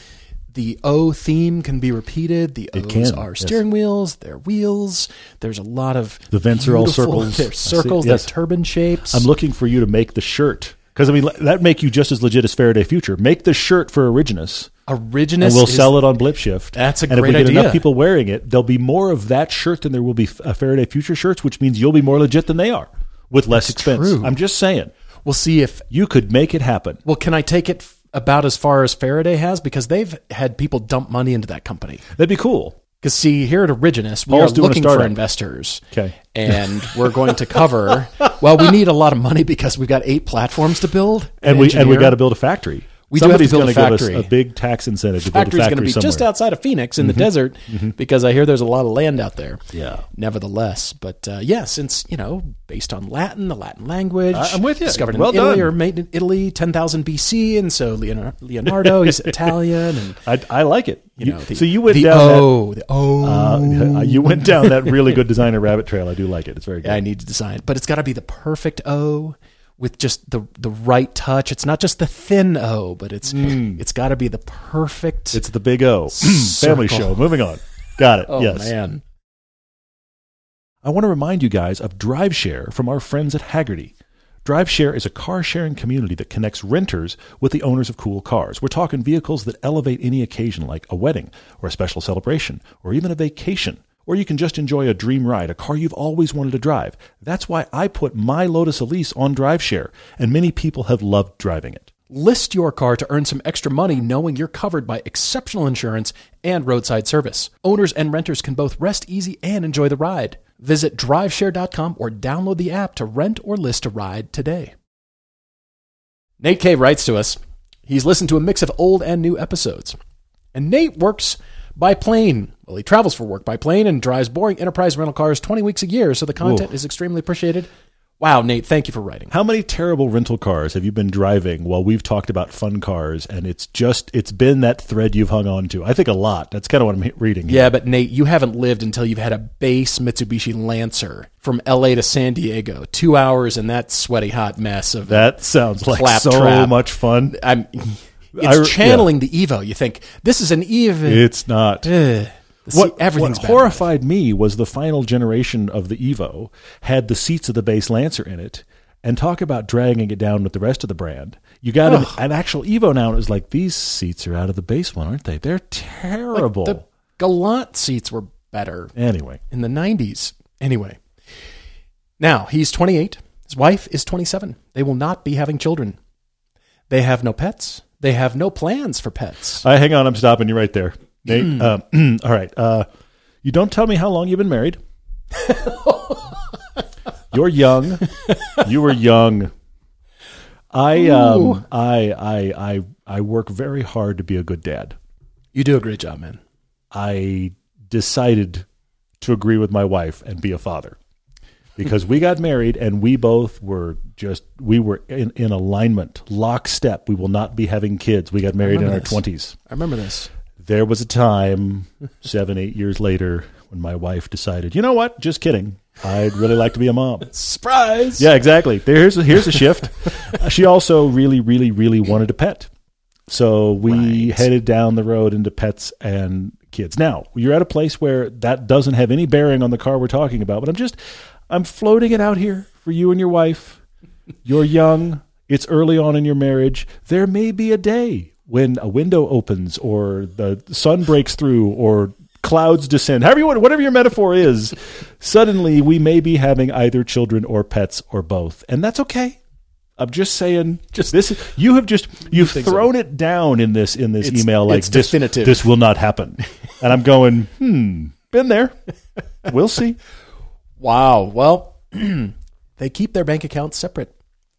[SPEAKER 3] The O theme can be repeated. The O's
[SPEAKER 1] can,
[SPEAKER 3] are
[SPEAKER 1] yes.
[SPEAKER 3] steering wheels, they're wheels. There's a lot of
[SPEAKER 1] The vents are all
[SPEAKER 3] beautiful-
[SPEAKER 1] circles. I
[SPEAKER 3] They're
[SPEAKER 1] see,
[SPEAKER 3] circles,
[SPEAKER 1] yes.
[SPEAKER 3] they're turban shapes.
[SPEAKER 1] I'm looking for you to make the shirt. Because I mean that make you just as legit as Faraday Future. Make the shirt for Originus,
[SPEAKER 3] Originus
[SPEAKER 1] and we'll
[SPEAKER 3] is-
[SPEAKER 1] sell it on Blip Shift.
[SPEAKER 3] That's a
[SPEAKER 1] and
[SPEAKER 3] great
[SPEAKER 1] if we get
[SPEAKER 3] idea.
[SPEAKER 1] enough people wearing it, there'll be more of that shirt than there will be uh, Faraday Future shirts, which means you'll be more legit than they are with less expense.
[SPEAKER 3] true.
[SPEAKER 1] I'm just saying
[SPEAKER 3] We'll see if
[SPEAKER 1] you could make it happen.
[SPEAKER 3] Well, can I take it f- about as far as Faraday has because they've had people dump money into that company.
[SPEAKER 1] That'd be cool.
[SPEAKER 3] Because see, here at Originus, we
[SPEAKER 1] Paul's
[SPEAKER 3] are
[SPEAKER 1] doing a
[SPEAKER 3] looking for
[SPEAKER 1] startup.
[SPEAKER 3] investors.
[SPEAKER 1] Okay.
[SPEAKER 3] and we're going to cover. well, we need a lot of money because we've got eight platforms to build,
[SPEAKER 1] And we and we
[SPEAKER 3] engineer.
[SPEAKER 1] got to build a factory.
[SPEAKER 3] We do have to
[SPEAKER 1] Somebody's
[SPEAKER 3] build a
[SPEAKER 1] gonna give us
[SPEAKER 3] factory.
[SPEAKER 1] a big tax incentive to build a
[SPEAKER 3] factory's
[SPEAKER 1] factory
[SPEAKER 3] going to be
[SPEAKER 1] somewhere. Mm-hmm.
[SPEAKER 3] just outside of Phoenix in the desert because I hear there's a lot of land out there.
[SPEAKER 1] Yeah.
[SPEAKER 3] Nevertheless, but uh, yeah, since you know, based on Latin, the Latin language,
[SPEAKER 1] I- I'm with you.
[SPEAKER 3] Discovered in
[SPEAKER 1] Well
[SPEAKER 3] Italy
[SPEAKER 1] done.
[SPEAKER 3] or made in Italy, ten thousand BC, and so Leonardo, Leonardo he's Italian, and
[SPEAKER 1] I, I like it.
[SPEAKER 3] you
[SPEAKER 1] You-
[SPEAKER 3] know, the,
[SPEAKER 1] so you went
[SPEAKER 3] the
[SPEAKER 1] down that
[SPEAKER 3] O, the O.
[SPEAKER 1] Uh, you went down that really good designer rabbit trail. I do like it. It's very good.
[SPEAKER 3] I need to design, but it's got to be the perfect O with just the the right touch. It's not just the thin O, but it's it's got to be the perfect.
[SPEAKER 1] Mm. It's the big O. Family
[SPEAKER 3] Circle.
[SPEAKER 1] show. Moving on. Got it.
[SPEAKER 3] oh
[SPEAKER 1] yes.
[SPEAKER 3] man,
[SPEAKER 1] I want to remind you guys of DriveShare from our friends at Haggerty. DriveShare is a car sharing community that connects renters with the owners of cool cars. We're talking vehicles that elevate any occasion like a wedding or a special celebration or even a vacation. Or you can just enjoy a dream ride, a car you've always wanted to drive. That's why I put my Lotus Elise on DriveShare, and many people have loved driving it.
[SPEAKER 3] list your car to earn some extra money, knowing you're covered by exceptional insurance and roadside service. Owners and renters can both rest easy and enjoy the ride. Visit driveshare.com or download the app to rent or list a ride today. Nate K writes to us. He's listened to a mix of old and new episodes. And Nate works by plane. Well, he travels for work by plane and drives boring enterprise rental cars 20 weeks a year, so the content
[SPEAKER 1] Ooh.
[SPEAKER 3] is extremely appreciated. Wow, Nate, thank you for writing.
[SPEAKER 1] How many terrible rental cars have you been driving while we've talked about fun cars? And it's just, it's been that thread you've hung on to. I think a lot. That's kind of what I'm he- reading. here.
[SPEAKER 3] Yeah, but Nate, you haven't lived until you've had a base Mitsubishi Lancer from LA to San Diego, two hours in that sweaty hot mess of
[SPEAKER 1] That sounds like so
[SPEAKER 3] Claptrap.
[SPEAKER 1] much fun.
[SPEAKER 3] I'm.
[SPEAKER 1] I re-
[SPEAKER 3] It's channeling the Evo. You think this is an Evo?
[SPEAKER 1] It's not.
[SPEAKER 3] Ugh. See,
[SPEAKER 1] What,
[SPEAKER 3] everything's
[SPEAKER 1] what
[SPEAKER 3] bad.
[SPEAKER 1] horrified me was the final generation of the Evo had the seats of the base Lancer in it, and talk about dragging it down with the rest of the brand. You got an, an actual Evo now, and it was like these seats are out of the base one, aren't they? They're terrible.
[SPEAKER 3] The Galant seats were better
[SPEAKER 1] anyway,
[SPEAKER 3] in the 90s. Anyway, now he's 28. His wife is 27. They will not be having children. They have no pets. They have no plans for pets.
[SPEAKER 1] I hang on. I'm stopping you right there,
[SPEAKER 3] Hmm.
[SPEAKER 1] Nate. um, all right. Uh, you don't tell me how long you've been married. You're young. You were young. I um I I I I work very hard to be a good dad.
[SPEAKER 3] You do a great job, man.
[SPEAKER 1] I decided to agree with my wife and be a father because we got married and we both were just we were in, in alignment, lockstep. We will not be having kids. We got married in
[SPEAKER 3] remember
[SPEAKER 1] our
[SPEAKER 3] this.
[SPEAKER 1] twenties
[SPEAKER 3] I remember this.
[SPEAKER 1] There was a time, seven, eight years later, when my wife decided, you know what? Just kidding. I'd really like to be a mom.
[SPEAKER 3] Surprise!
[SPEAKER 1] Yeah, exactly. There's here's a shift. she also really, really, really wanted a pet, so we
[SPEAKER 3] Right.
[SPEAKER 1] headed down the road into pets and kids. Now you're at a place where that doesn't have any bearing on the car we're talking about, but I'm just I'm floating it out here for you and your wife. You're young. It's early on in your marriage. There may be a day when a window opens, or the sun breaks through, or clouds descend. However, you want, whatever your metaphor is, suddenly we may be having either children or pets or both, and that's okay. I'm just saying, just this. is- You have just you've thrown it down in this in this
[SPEAKER 3] It's-
[SPEAKER 1] email like
[SPEAKER 3] it's
[SPEAKER 1] this.
[SPEAKER 3] definitive.
[SPEAKER 1] This will not happen, and I'm going. Hmm, been there. We'll see.
[SPEAKER 3] Wow. Well, they keep their bank accounts separate,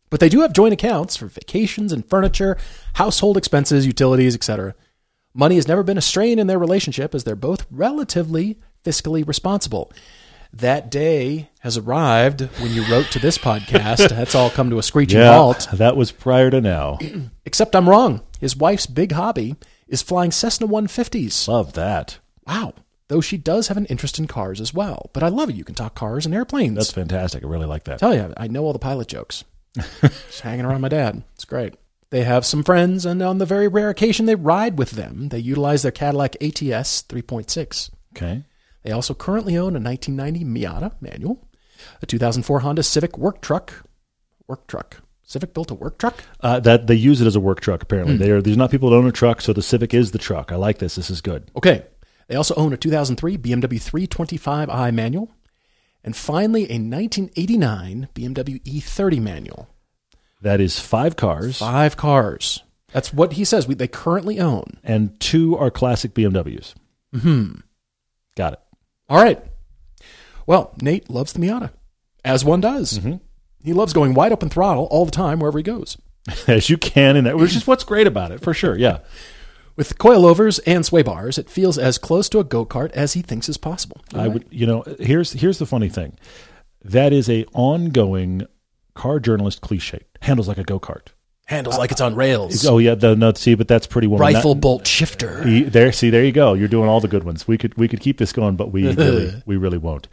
[SPEAKER 3] but they do have joint accounts for vacations and furniture, household expenses, utilities, etc. Money has never been a strain in their relationship as they're both relatively fiscally responsible. That day has arrived when you wrote to this podcast. That's all come to a screeching halt.
[SPEAKER 1] that was prior to now.
[SPEAKER 3] Except I'm wrong. His wife's big hobby is flying Cessna 150s.
[SPEAKER 1] Love that.
[SPEAKER 3] Wow. Though she does have an interest in cars as well. But I love it. You can talk cars and airplanes.
[SPEAKER 1] That's fantastic. I really like that.
[SPEAKER 3] tell you, I know all the pilot jokes. Just hanging around my dad. It's great. They have some friends, and on the very rare occasion they ride with them, they utilize their Cadillac ATS 3.6.
[SPEAKER 1] Okay.
[SPEAKER 3] They also currently own a 1990 Miata manual, a 2004 Honda Civic work truck. Work truck. Civic built a work truck?
[SPEAKER 1] Uh, that they use it as a work truck. Apparently, they are, there's not people that own a truck, so the Civic is the truck. I like this. This is good.
[SPEAKER 3] Okay. They also own a 2003 BMW 325i manual, and finally a 1989 BMW E30 E manual.
[SPEAKER 1] That is five cars,
[SPEAKER 3] Five cars. That's what he says we, they currently own.
[SPEAKER 1] and two are classic BMWs. Hmm. Got it.
[SPEAKER 3] All right. Well, Nate loves the Miata, as one does.
[SPEAKER 1] Mm-hmm.
[SPEAKER 3] He loves going wide open throttle all the time wherever he goes.
[SPEAKER 1] As you can, and that, which is what's great about it for sure. Yeah.
[SPEAKER 3] With coilovers and sway bars, it feels as close to a go kart as he thinks is possible.
[SPEAKER 1] I would, you know, here's here's the funny thing. That is a ongoing car journalist cliche. Handles like a go kart.
[SPEAKER 3] handles like it's on rails.
[SPEAKER 1] Oh yeah, the, no, see, but that's pretty woman.
[SPEAKER 3] Rifle
[SPEAKER 1] That-
[SPEAKER 3] bolt shifter.
[SPEAKER 1] E- there, see, there you go. You're doing all the good ones. We could we could keep this going, but we really, we really won't.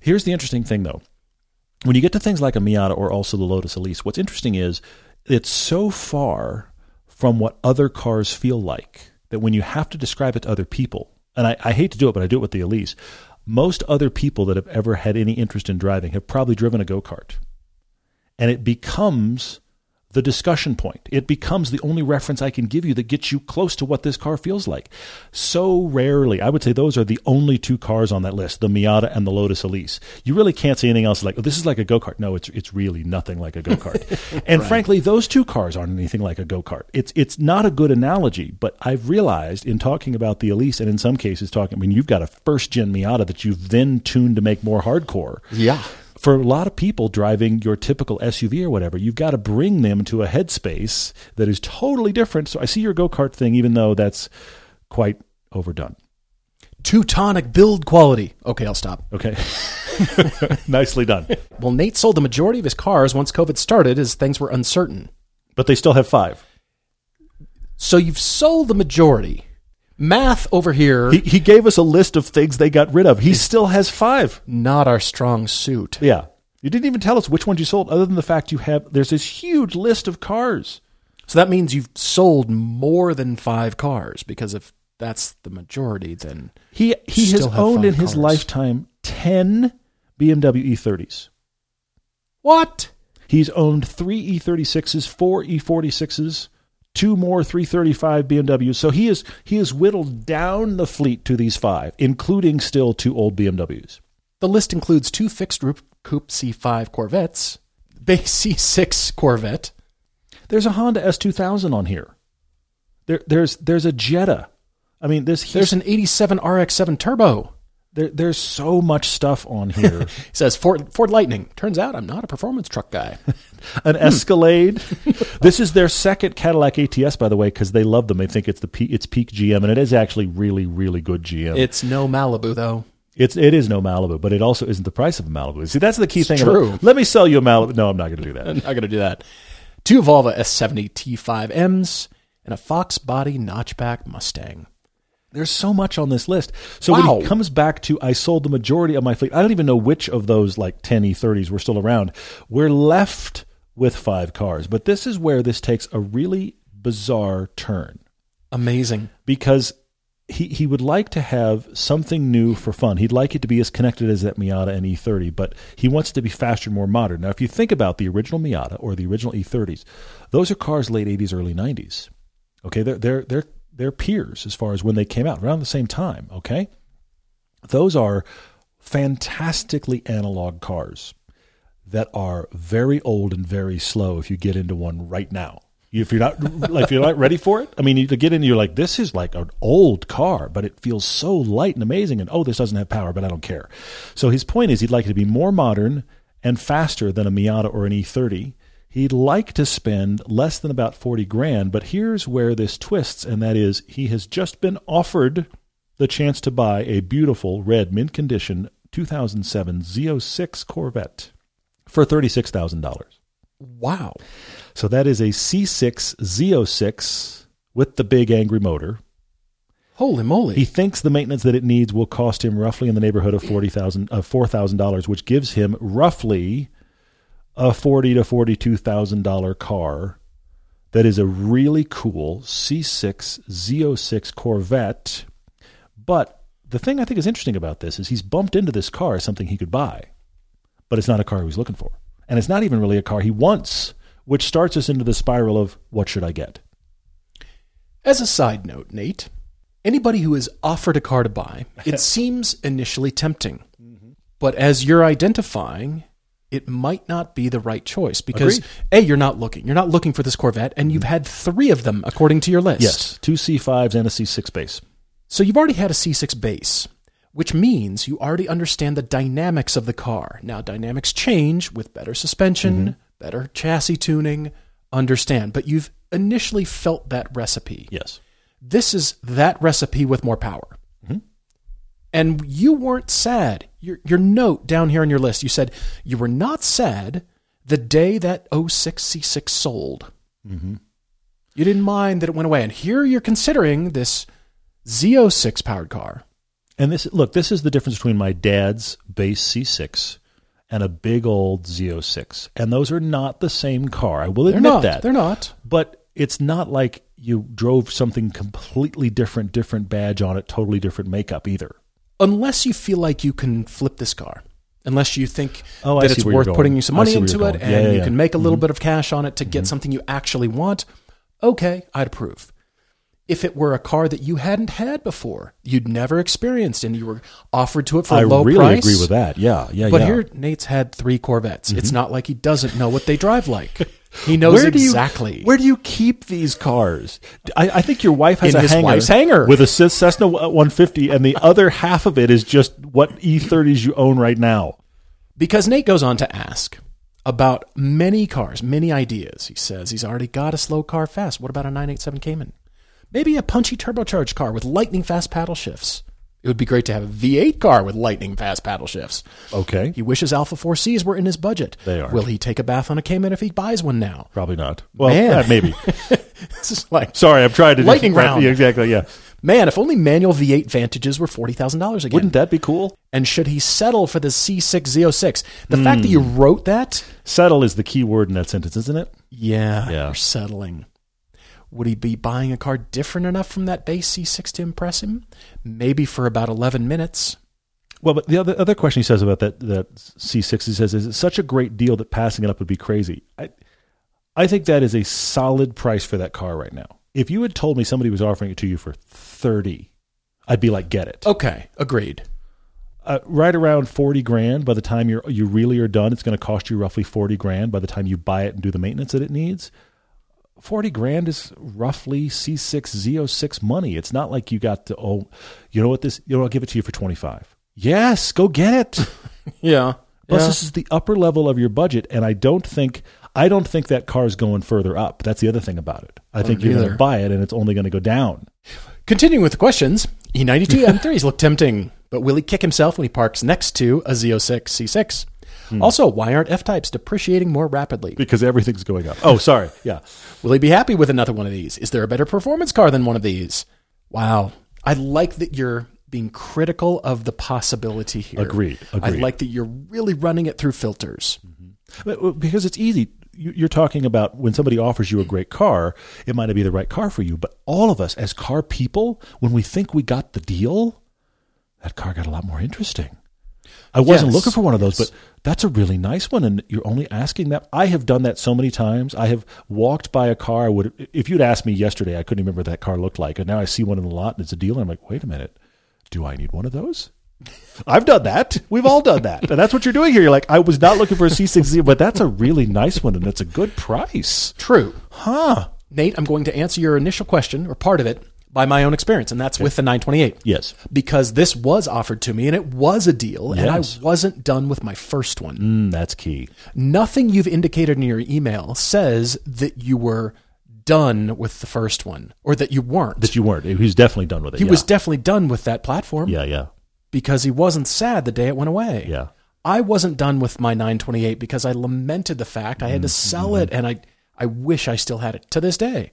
[SPEAKER 1] Here's the interesting thing, though. When you get to things like a Miata or also the Lotus Elise, what's interesting is it's so far from what other cars feel like that when you have to describe it to other people, and I, I hate to do it, but I do it with the Elise. Most other people that have ever had any interest in driving have probably driven a go kart and it becomes the discussion point. It becomes the only reference I can give you that gets you close to what this car feels like. So rarely, I would say those are the only two cars on that list, the Miata and the Lotus Elise. You really can't say anything else like, oh, this is like a go-kart. No, it's it's really nothing like a go-kart. and frankly, those two cars aren't anything like a go-kart. It's it's not a good analogy, but I've realized in talking about the Elise and in some cases talking I mean, you've got a first gen Miata that you've then tuned to make more hardcore
[SPEAKER 3] Yeah.
[SPEAKER 1] for a lot of people driving your typical SUV or whatever, you've got to bring them to a headspace that is totally different. So I see your go kart thing, even though that's quite overdone.
[SPEAKER 3] Teutonic build quality. Okay, I'll stop.
[SPEAKER 1] Okay. Nicely done.
[SPEAKER 3] Well, Nate sold the majority of his cars once COVID started as things were uncertain.
[SPEAKER 1] But they still have five.
[SPEAKER 3] So you've sold the majority. Math over here,
[SPEAKER 1] He, he gave us a list of things they got rid of. He still has five.
[SPEAKER 3] not our strong suit.
[SPEAKER 1] Yeah. You didn't even tell us which ones you sold, other than the fact you have, there's this huge list of cars.
[SPEAKER 3] So that means you've sold more than five cars because if that's the majority, then
[SPEAKER 1] He he
[SPEAKER 3] Still
[SPEAKER 1] has
[SPEAKER 3] have
[SPEAKER 1] owned
[SPEAKER 3] five
[SPEAKER 1] in his
[SPEAKER 3] cars.
[SPEAKER 1] lifetime 10 BMW E30s.
[SPEAKER 3] what?
[SPEAKER 1] He's owned three E36s, four E46s, two more 335 BMWs. So he is he has whittled down the fleet to these five, including still two old BMWs.
[SPEAKER 3] The list includes two fixed roof coupe C5 Corvettes, base C6 Corvette.
[SPEAKER 1] There's a Honda S2000 on here. There there's there's a Jetta. I mean, this
[SPEAKER 3] There's an 87 RX7 Turbo.
[SPEAKER 1] there, there's so much stuff on here.
[SPEAKER 3] It says Ford, Ford Lightning. Turns out I'm not a performance truck guy. Hmm.
[SPEAKER 1] an Escalade. this is their second Cadillac ATS, by the way, because they love them. They think it's the pe- it's peak GM, and it is actually really really good GM.
[SPEAKER 3] it's no Malibu though.
[SPEAKER 1] It's it is no Malibu, but it also isn't the price of a Malibu. See, that's the key thing.
[SPEAKER 3] true. Uh,
[SPEAKER 1] About, let me sell you a Malibu. No, I'm not going to do that.
[SPEAKER 3] I'm not gonna do that. Two Volvo S70 T5Ms and a Fox body notchback Mustang.
[SPEAKER 1] There's so much on this list. So
[SPEAKER 3] Wow.
[SPEAKER 1] when he comes back to I sold the majority of my fleet, I don't even know which of those like 10 E30s were still around. We're left with five cars. But this is where this takes a really bizarre turn
[SPEAKER 3] Amazing.
[SPEAKER 1] because he, he would like to have something new for fun. He'd like it to be as connected as that Miata and E30, but he wants it to be faster and more modern. Now, if you think about the original Miata or the original E30s, those are cars late 80s, early 90s. Okay, they're, they're, they're, they're peers as far as when they came out, around the same time. Okay, those are fantastically analog cars that are very old and very slow if you get into one right now. If you're not like if you're not ready for it, I mean, you to get in, you're like, this is like an old car, but it feels so light and amazing. And oh, this doesn't have power, but I don't care. So his point is, he'd like it to be more modern and faster than a Miata or an E30. He'd like to spend less than about forty grand, but here's where this twists, and that is, he has just been offered the chance to buy a beautiful red mint condition 2007 Z06 Corvette for $36,000.
[SPEAKER 3] Wow.
[SPEAKER 1] So that is a C6 Z06 with the big angry motor.
[SPEAKER 3] Holy moly.
[SPEAKER 1] He thinks the maintenance that it needs will cost him roughly in the neighborhood of uh, 40,000 of $4,000, which gives him roughly a 40 to $42,000 car that is a really cool C6 Z06 Corvette. But the thing I think is interesting about this is he's bumped into this car as something he could buy, but it's not a car he was looking for. And it's not even really a car he wants, which starts us into the spiral of what should I get?
[SPEAKER 3] As a side note, Nate, anybody who is offered a car to buy, it seems initially tempting. But as you're identifying, it might not be the right choice because
[SPEAKER 1] Agreed. Mm-hmm.
[SPEAKER 3] A, you're not looking. You're not looking for this Corvette, and you've had three of them according to your list.
[SPEAKER 1] Yes, two C5s and a C6 base.
[SPEAKER 3] So you've already had a C6 base, which means you already understand the dynamics of the car. Now, dynamics change with better suspension,
[SPEAKER 1] Mm-hmm.
[SPEAKER 3] better chassis tuning, understand, but you've initially felt that recipe.
[SPEAKER 1] Yes.
[SPEAKER 3] This is that recipe with more power.
[SPEAKER 1] Mm-hmm.
[SPEAKER 3] And you weren't sad. Your, your note down here on your list, you said you were not sad the day that 06 C6 sold.
[SPEAKER 1] Mm-hmm.
[SPEAKER 3] You didn't mind that it went away. And here you're considering this Z06 powered car.
[SPEAKER 1] And this look, this is the difference between my dad's base C6 and a big old Z06. And those are not the same car. I will
[SPEAKER 3] They're
[SPEAKER 1] admit
[SPEAKER 3] not.
[SPEAKER 1] that.
[SPEAKER 3] They're not.
[SPEAKER 1] But it's not like you drove something completely different, different badge on it, totally different makeup either.
[SPEAKER 3] Unless you feel like you can flip this car. Unless you think
[SPEAKER 1] Oh, I
[SPEAKER 3] that
[SPEAKER 1] see
[SPEAKER 3] it's
[SPEAKER 1] where you're
[SPEAKER 3] worth
[SPEAKER 1] going.
[SPEAKER 3] putting you some
[SPEAKER 1] I
[SPEAKER 3] money
[SPEAKER 1] see where you're
[SPEAKER 3] into it
[SPEAKER 1] going.
[SPEAKER 3] and
[SPEAKER 1] Yeah, yeah,
[SPEAKER 3] you
[SPEAKER 1] yeah. Mm-hmm.
[SPEAKER 3] can make a little bit of cash on it to get something you actually want, okay, I'd approve. If it were a car that you hadn't had before, you'd never experienced, and you were offered to it for
[SPEAKER 1] I
[SPEAKER 3] a low
[SPEAKER 1] really
[SPEAKER 3] price,
[SPEAKER 1] agree with that. Yeah, yeah,
[SPEAKER 3] But
[SPEAKER 1] yeah.
[SPEAKER 3] here, Nate's had three Corvettes. It's not like he doesn't know what they drive like. He knows
[SPEAKER 1] do you-
[SPEAKER 3] exactly.
[SPEAKER 1] where do you keep these cars? I, I think your wife has
[SPEAKER 3] In
[SPEAKER 1] a
[SPEAKER 3] his
[SPEAKER 1] hangar,
[SPEAKER 3] wife's hangar.
[SPEAKER 1] with a Ce- Cessna 150, and the other half of it is just what E30s you own right now.
[SPEAKER 3] Because Nate goes on to ask about many cars, many ideas. He says he's already got a slow car fast. What about a 987 Cayman? Maybe a punchy turbocharged car with lightning fast paddle shifts. It would be great to have a V8 car with lightning fast paddle shifts.
[SPEAKER 1] Okay,
[SPEAKER 3] He wishes Alpha 4Cs were in his budget.
[SPEAKER 1] They are.
[SPEAKER 3] Will he take a bath on a Cayman if he buys one now?
[SPEAKER 1] probably not. Well,
[SPEAKER 3] Man.
[SPEAKER 1] yeah, maybe.
[SPEAKER 3] This is like,
[SPEAKER 1] Sorry, I'm trying to just-
[SPEAKER 3] Lightning round.
[SPEAKER 1] Yeah, exactly. Yeah,
[SPEAKER 3] man, if only manual V8 Vantages were $40,000 again.
[SPEAKER 1] wouldn't that be cool?
[SPEAKER 3] and should he settle for the C6 Z06? The
[SPEAKER 1] Hmm.
[SPEAKER 3] fact that you wrote that
[SPEAKER 1] Settle is the key word in that sentence, isn't it?
[SPEAKER 3] Yeah,
[SPEAKER 1] Yeah.
[SPEAKER 3] you're settling. Would he be buying a car different enough from that base C6 to impress him? Maybe for about 11 minutes.
[SPEAKER 1] Well, but the other other question he says about that that C six he says is it such a great deal that passing it up would be crazy. I I think that is a solid price for that car right now. If you had told me somebody was offering it to you for thirty, I'd be like, get it.
[SPEAKER 3] Okay, agreed.
[SPEAKER 1] Uh, right around forty grand. By the time you're you really are done, it's going to cost you roughly forty grand. By the time you buy it and do the maintenance that it needs, forty grand is roughly C six Z oh six money. It's not like you got to oh, you know what this you know I'll give it to you for twenty five. Yes, go get it.
[SPEAKER 3] Yeah.
[SPEAKER 1] Plus, this is the upper level of your budget, and I don't think I don't think that car's going further up. That's the other thing about it. I think
[SPEAKER 3] don't
[SPEAKER 1] you're going
[SPEAKER 3] either.
[SPEAKER 1] to buy it, and it's only going to go down.
[SPEAKER 3] Continuing with the questions, E92 M3s look tempting, but will he kick himself when he parks next to a Z06 C6? Also, why aren't F types depreciating more rapidly?
[SPEAKER 1] because everything's going up. Oh, sorry. Yeah.
[SPEAKER 3] Will he be happy with another one of these? Is there a better performance car than one of these? Wow. I like that you're being critical of the possibility here.
[SPEAKER 1] Agreed,
[SPEAKER 3] I
[SPEAKER 1] agreed.
[SPEAKER 3] like that you're really running it through filters.
[SPEAKER 1] But- well, because it's easy. You- You're talking about when somebody offers you a great car, it might not be the right car for you. But all of us, as car people, when we think we got the deal, that car got a lot more interesting. I wasn't
[SPEAKER 3] Yes,
[SPEAKER 1] looking for one of those,
[SPEAKER 3] yes.
[SPEAKER 1] but that's a really nice one. And you're only asking that. I have done that so many times. I have walked by a car. I would, if you'd asked me yesterday, I couldn't remember what that car looked like. And now I see one in the lot and it's a deal. And I'm like, wait a minute, do I need one of those? I've done that. We've all done that. And that's what you're doing here. You're like, I was not looking for a C6Z, but that's a really nice one and it's a good price.
[SPEAKER 3] True.
[SPEAKER 1] Huh.
[SPEAKER 3] Nate, I'm going to answer your initial question or part of it by my own experience, and that's with the 928.
[SPEAKER 1] Yes.
[SPEAKER 3] Because this was offered to me and it was a deal, and
[SPEAKER 1] Yes.
[SPEAKER 3] I wasn't done with my first one.
[SPEAKER 1] Mm, that's key.
[SPEAKER 3] Nothing you've indicated in your email says that you were done with the first one or that you weren't.
[SPEAKER 1] That you weren't. He's definitely done with it.
[SPEAKER 3] he
[SPEAKER 1] yeah.
[SPEAKER 3] was definitely done with that platform
[SPEAKER 1] Yeah, yeah,
[SPEAKER 3] because he wasn't sad the day it went away.
[SPEAKER 1] yeah.
[SPEAKER 3] I wasn't done with my 928 because I lamented the fact I had to
[SPEAKER 1] Mm-hmm.
[SPEAKER 3] sell it and I I wish I still had it to this day.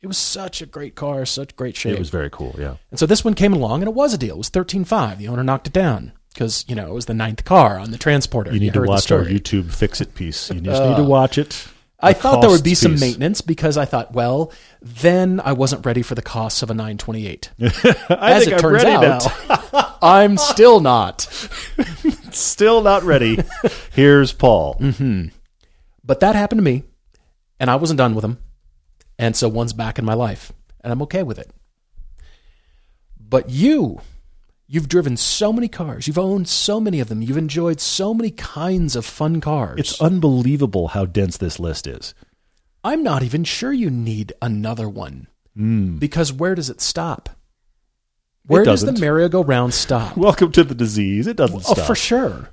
[SPEAKER 3] It was such a great car, such great shape.
[SPEAKER 1] Mm. It was very cool. Yeah.
[SPEAKER 3] and so this one came along and it was a deal. It was 13.5. The owner knocked it down because, you know, it was the ninth car on the transporter.
[SPEAKER 1] You need to
[SPEAKER 3] heard the
[SPEAKER 1] watch our
[SPEAKER 3] story.
[SPEAKER 1] YouTube fix it piece. You just need to watch it.
[SPEAKER 3] I
[SPEAKER 1] The
[SPEAKER 3] thought there would
[SPEAKER 1] cost
[SPEAKER 3] be some
[SPEAKER 1] piece.
[SPEAKER 3] maintenance because I thought, well, then I wasn't ready for the costs of a 928.
[SPEAKER 1] I
[SPEAKER 3] As
[SPEAKER 1] think
[SPEAKER 3] it
[SPEAKER 1] I'm
[SPEAKER 3] turns
[SPEAKER 1] ready now.
[SPEAKER 3] out, I'm still not.
[SPEAKER 1] Still not ready. Here's Paul.
[SPEAKER 3] But that happened to me, and I wasn't done with them. And so one's back in my life, and I'm okay with it. But you, you've driven so many cars, you've owned so many of them, you've enjoyed so many kinds of fun cars.
[SPEAKER 1] It's unbelievable how dense this list is.
[SPEAKER 3] I'm not even sure you need another one
[SPEAKER 1] Mm.
[SPEAKER 3] because where does it stop? Where does the
[SPEAKER 1] doesn't.
[SPEAKER 3] merry-go-round stop?
[SPEAKER 1] Welcome to the disease. It doesn't
[SPEAKER 3] Oh,
[SPEAKER 1] stop.
[SPEAKER 3] for sure.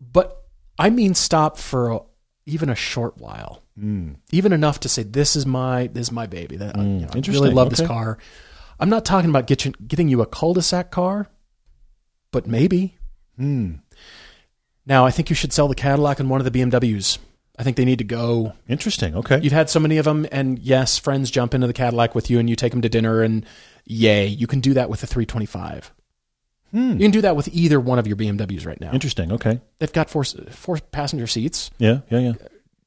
[SPEAKER 3] But I mean, stop for a, even a short while,
[SPEAKER 1] Mm.
[SPEAKER 3] even enough to say, "This is my this is my baby." That you know, I really
[SPEAKER 1] Interesting.
[SPEAKER 3] love this
[SPEAKER 1] Okay.
[SPEAKER 3] car. I'm not talking about get you, getting you a cul-de-sac car, but maybe.
[SPEAKER 1] Mm.
[SPEAKER 3] Now, I think you should sell the Cadillac and one of the BMWs. I think they need to go.
[SPEAKER 1] Interesting. Okay.
[SPEAKER 3] You've had so many of them, and yes, friends jump into the Cadillac with you, and you take them to dinner, and yay, you can do that with the 325.
[SPEAKER 1] Hmm.
[SPEAKER 3] You can do that with either one of your BMWs right now.
[SPEAKER 1] Interesting. Okay.
[SPEAKER 3] They've got four four passenger seats.
[SPEAKER 1] Yeah. Yeah. Yeah.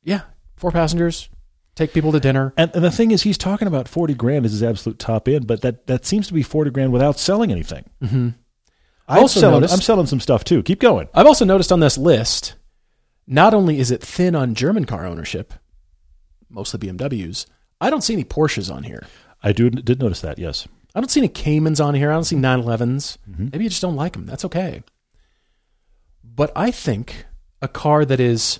[SPEAKER 3] Yeah, four passengers. Take people to dinner.
[SPEAKER 1] And, and the thing is, he's talking about forty grand as his absolute top end, but that, that seems to be forty grand without selling anything. Mm-hmm. I'm
[SPEAKER 3] Also
[SPEAKER 1] selling.
[SPEAKER 3] noticed-
[SPEAKER 1] I'm selling some stuff too. Keep going.
[SPEAKER 3] I've also noticed on this list, not only is it thin on German car ownership, mostly BMWs. I don't see any Porsches on here.
[SPEAKER 1] I do did notice that. Yes.
[SPEAKER 3] I don't see any Caymans on here. I don't see 911s. Maybe you just don't like them. That's okay. But I think a car that is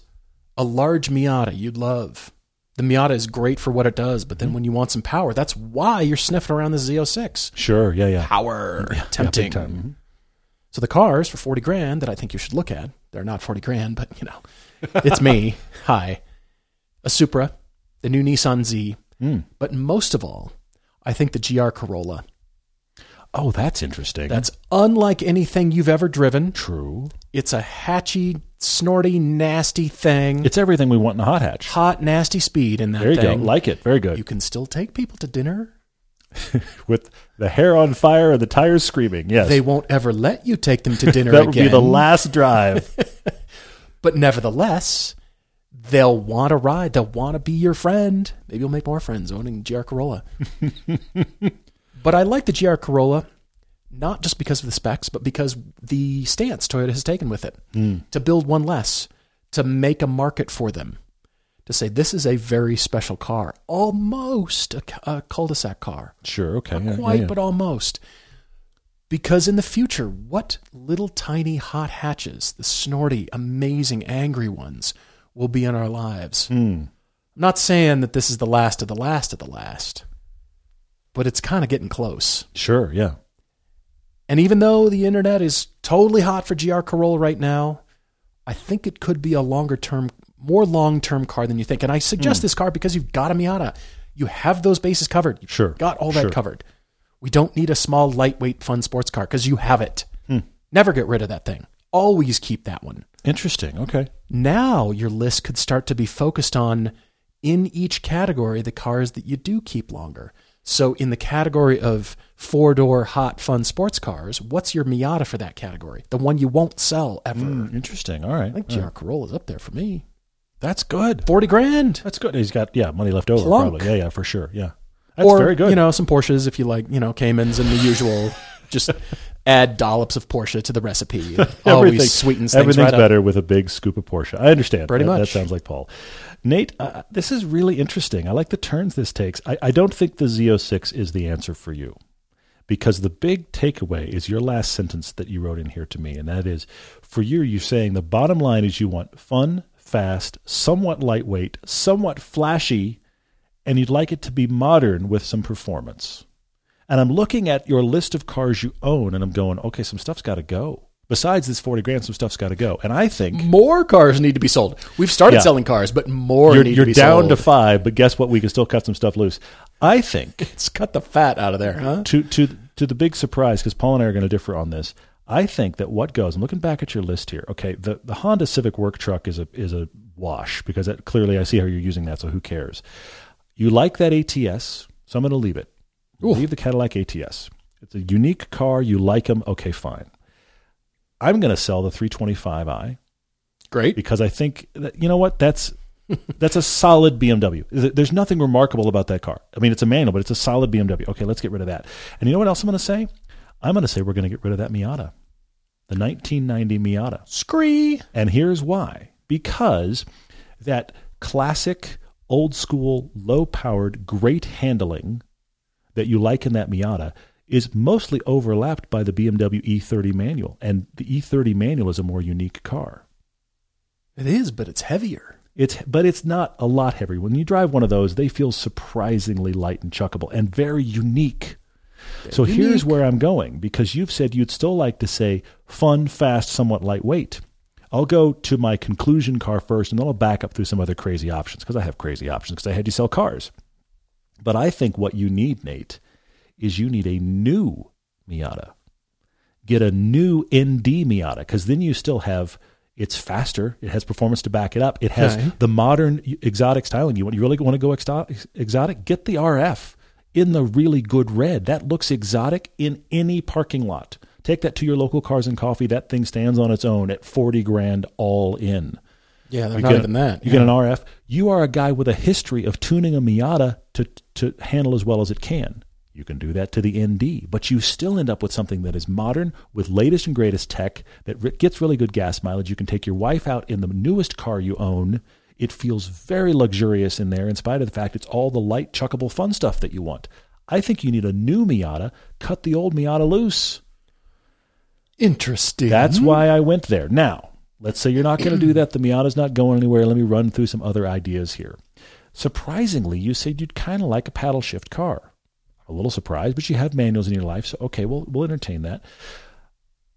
[SPEAKER 3] a large Miata you'd love. The Miata is great for what it does, but then when you want some power, that's why you're sniffing around oh the Z06.
[SPEAKER 1] Sure. Yeah. Yeah.
[SPEAKER 3] Power. Tempting.
[SPEAKER 1] Yeah, big time. Mhm.
[SPEAKER 3] mm-hmm. So the cars for 40 grand that I think you should look at, they're not 40 grand, but you know, it's me. Hi. A Supra, the new Nissan Z,
[SPEAKER 1] Hmm.
[SPEAKER 3] but most of all, I think the GR Corolla.
[SPEAKER 1] Oh, that's interesting.
[SPEAKER 3] That's unlike anything you've ever driven.
[SPEAKER 1] true.
[SPEAKER 3] It's a hatchy, snorty, nasty thing.
[SPEAKER 1] It's everything we want in a hot hatch.
[SPEAKER 3] hot, nasty speed in that
[SPEAKER 1] There you
[SPEAKER 3] thing.
[SPEAKER 1] go. Like it. Very good.
[SPEAKER 3] you can still take people to dinner.
[SPEAKER 1] With the hair on fire and the tires screaming. Yes.
[SPEAKER 3] They won't ever let you take them to dinner
[SPEAKER 1] that would
[SPEAKER 3] again.
[SPEAKER 1] be the last drive.
[SPEAKER 3] But nevertheless, they'll want to ride. They'll want to be your friend. Maybe you'll make more friends owning GR Corolla. but I like the GR Corolla, not just because of the specs, but because the stance Toyota has taken with it to build one less, to make a market for them, to say this is a very special car, almost a, cu- a cul-de-sac car
[SPEAKER 1] sure. Okay. yeah, yeah,
[SPEAKER 3] quite,
[SPEAKER 1] yeah.
[SPEAKER 3] but almost. Because in the future, what little tiny hot hatches, the snorty, amazing, angry ones, will be in our lives.
[SPEAKER 1] Hmm.
[SPEAKER 3] I'm not saying that this is the last of the last of the last, but it's kind of getting close.
[SPEAKER 1] Sure. Yeah.
[SPEAKER 3] And even though the internet is totally hot for GR Corolla right now, I think it could be a longer term, more long term car than you think. And I
[SPEAKER 1] Hmm.
[SPEAKER 3] suggest this car because you've got a Miata. You have those bases covered. You've
[SPEAKER 1] Sure,
[SPEAKER 3] Got all that
[SPEAKER 1] sure.
[SPEAKER 3] covered. We don't need a small, lightweight, fun sports car because you have it.
[SPEAKER 1] Hmm.
[SPEAKER 3] Never get rid of that thing. Always keep that one.
[SPEAKER 1] Interesting. Okay.
[SPEAKER 3] Now your list could start to be focused on in each category the cars that you do keep longer. So, in the category of four door hot fun sports cars, what's your Miata for that category? The one you won't sell ever.
[SPEAKER 1] Mm. Hmm. Interesting. All right.
[SPEAKER 3] I think GR Corolla's up there for me.
[SPEAKER 1] That's good.
[SPEAKER 3] Forty grand,
[SPEAKER 1] That's good. He's got yeah money left over.
[SPEAKER 3] Plunk.
[SPEAKER 1] Probably. Yeah, yeah, for sure. Yeah. That's
[SPEAKER 3] or
[SPEAKER 1] very good.
[SPEAKER 3] you know some Porsches if you like, you know Caymans and the usual. Just add dollops of Porsche to the recipe. It
[SPEAKER 1] Everything-
[SPEAKER 3] always sweetens things
[SPEAKER 1] everything's
[SPEAKER 3] right up.
[SPEAKER 1] better with a big scoop of Porsche. I understand.
[SPEAKER 3] Pretty
[SPEAKER 1] That- That
[SPEAKER 3] much.
[SPEAKER 1] sounds like Paul. Nate, uh, this is really interesting. I like the turns this takes. I, I don't think the Z06 is the answer for you because the big takeaway is your last sentence that you wrote in here to me, and that is for you, you're saying the bottom line is you want fun, fast, somewhat lightweight, somewhat flashy, and you'd like it to be modern with some performance. And I'm looking at your list of cars you own, and I'm going, okay, some stuff's got to go. Besides this 40 grand, some stuff's got to go. And I think
[SPEAKER 3] More cars need to be sold. We've started
[SPEAKER 1] Yeah.
[SPEAKER 3] selling cars, but more
[SPEAKER 1] you're,
[SPEAKER 3] need
[SPEAKER 1] you're
[SPEAKER 3] to be
[SPEAKER 1] down
[SPEAKER 3] sold.
[SPEAKER 1] to five, but guess what? We can still cut some stuff loose. I think
[SPEAKER 3] Let's cut the fat out of there, huh?
[SPEAKER 1] to to to the big surprise, because Paul and I are going to differ on this. I think that what goes. I'm looking back at your list here. Okay, the, the Honda Civic work truck is a is a wash because that, clearly I see how you're using that. So who cares? You like that ATS, so I'm going to leave it. Leave the Cadillac ATS. It's a unique car. You like them. Okay, fine. I'm going to sell the 325i
[SPEAKER 3] Great.
[SPEAKER 1] because I think that, you know what that's that's a solid BMW. Th- There's nothing remarkable about that car. I mean, it's a manual, but it's a solid BMW. Okay, let's get rid of that. And you know what else I'm going to say? I'm going to say we're going to get rid of that Miata, the 1990 Miata.
[SPEAKER 3] Scree.
[SPEAKER 1] And here's why because that classic, old school, low powered, great handling that you like in that Miata is mostly overlapped by the BMW E30 E manual. And the E30 manual is a more unique car.
[SPEAKER 3] It is, but it's heavier.
[SPEAKER 1] It's but it's not a lot heavy. When you drive one of those, they feel surprisingly light and chuckable and very unique. so here's where I'm going because you've said you'd still like to say fun, fast, somewhat lightweight. I'll go to my conclusion car first and then I'll back up through some other crazy options because I have crazy options because I had you sell cars. But I think what you need, Nate, is you need a new Miata. Get a new ND Miata because then you still have it's faster. It has performance to back it up. It has
[SPEAKER 3] Okay.
[SPEAKER 1] the modern e, exotic styling. You want you really want to go exto- exotic? Get the RF in the really good red. That looks exotic in any parking lot. Take that to your local cars and coffee. That thing stands on its own at forty grand all in.
[SPEAKER 3] Yeah, they're
[SPEAKER 1] You
[SPEAKER 3] not
[SPEAKER 1] get-
[SPEAKER 3] even that.
[SPEAKER 1] You get an RF. You are a guy with a history of tuning a Miata to to handle as well as it can. You can do that to the ND, but you still end up with something that is modern, with latest and greatest tech that re- gets really good gas mileage. You can take your wife out in the newest car you own. It feels very luxurious in there, in spite of the fact it's all the light, chuckable, fun stuff that you want. I think you need a new Miata. Cut the old Miata loose.
[SPEAKER 3] Interesting.
[SPEAKER 1] That's why I went there. Now, let's say you're not going to do that. The Miata's not going anywhere. Let me run through some other ideas here. Surprisingly, you said you'd kind of like a paddle shift car. A little surprised, but you have manuals in your life, so okay, we'll we'll entertain that.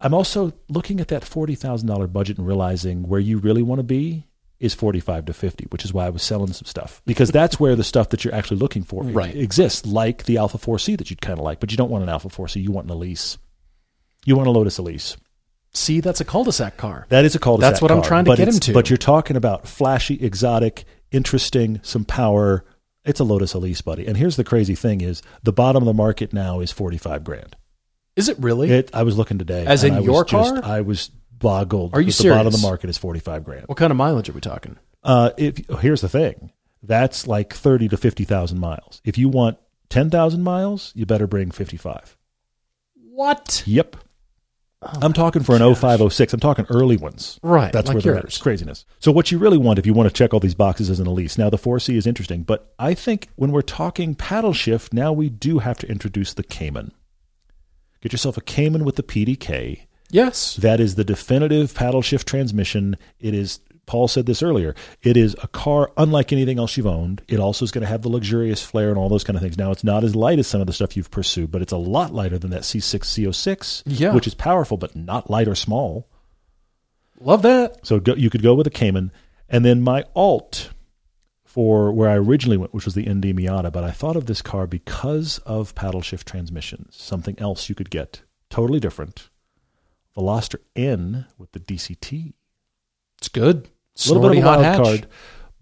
[SPEAKER 1] I'm also looking at that forty thousand dollar budget and realizing where you really want to be is forty five to fifty, which is why I was selling some stuff because that's where the stuff that you're actually looking for
[SPEAKER 3] Right.
[SPEAKER 1] exists, like the Alpha Four C that you'd kind of like, but you don't want an Alpha Four C, you want an Elise, you want a Lotus Elise.
[SPEAKER 3] See, that's a cul-de-sac car.
[SPEAKER 1] That is a cul-de-sac.
[SPEAKER 3] That's what I'm
[SPEAKER 1] car,
[SPEAKER 3] trying to
[SPEAKER 1] but
[SPEAKER 3] get him
[SPEAKER 1] it's-
[SPEAKER 3] to.
[SPEAKER 1] But you're talking about flashy, exotic, interesting, some power. It's a Lotus Elise, buddy. And here's the crazy thing: is the bottom of the market now is forty-five grand.
[SPEAKER 3] Is it really?
[SPEAKER 1] It, I was looking today,
[SPEAKER 3] As
[SPEAKER 1] and
[SPEAKER 3] in
[SPEAKER 1] I was
[SPEAKER 3] your
[SPEAKER 1] just-
[SPEAKER 3] car?
[SPEAKER 1] I was boggled.
[SPEAKER 3] Are you
[SPEAKER 1] that The bottom of
[SPEAKER 3] serious?
[SPEAKER 1] the market is forty-five grand.
[SPEAKER 3] what kind of mileage are we talking?
[SPEAKER 1] Uh, if here's the thing, that's like thirty to fifty thousand miles. If you want ten thousand miles, you better bring fifty-five.
[SPEAKER 3] What?
[SPEAKER 1] Yep.
[SPEAKER 3] Oh
[SPEAKER 1] I'm talking for an 0506. I'm talking early ones.
[SPEAKER 3] Right,
[SPEAKER 1] That's
[SPEAKER 3] like
[SPEAKER 1] where they're at.
[SPEAKER 3] yours.
[SPEAKER 1] It's craziness. So what you really want if you want to check all these boxes is an Elise. Now the 4C is interesting, but I think when we're talking paddle shift, now we do have to introduce the Cayman. Get yourself a Cayman with the PDK.
[SPEAKER 3] Yes.
[SPEAKER 1] That is the definitive paddle shift transmission. It is Paul said this earlier. It is a car unlike anything else you've owned. It also is going to have the luxurious flair and all those kind of things. Now it's not as light as some of the stuff you've pursued, but it's a lot lighter than that C6 CO6,
[SPEAKER 3] Yeah.
[SPEAKER 1] oh which is powerful but not light or small.
[SPEAKER 3] Love that.
[SPEAKER 1] So go, you could go with a Cayman, and then my alt for where I originally went, which was the ND Miata. But I thought of this car because of paddle shift transmissions. Something else you could get, totally different. Veloster N with the DCT,
[SPEAKER 3] It's good.
[SPEAKER 1] a little bit of a
[SPEAKER 3] Snorty
[SPEAKER 1] wild
[SPEAKER 3] hot hatch.
[SPEAKER 1] card,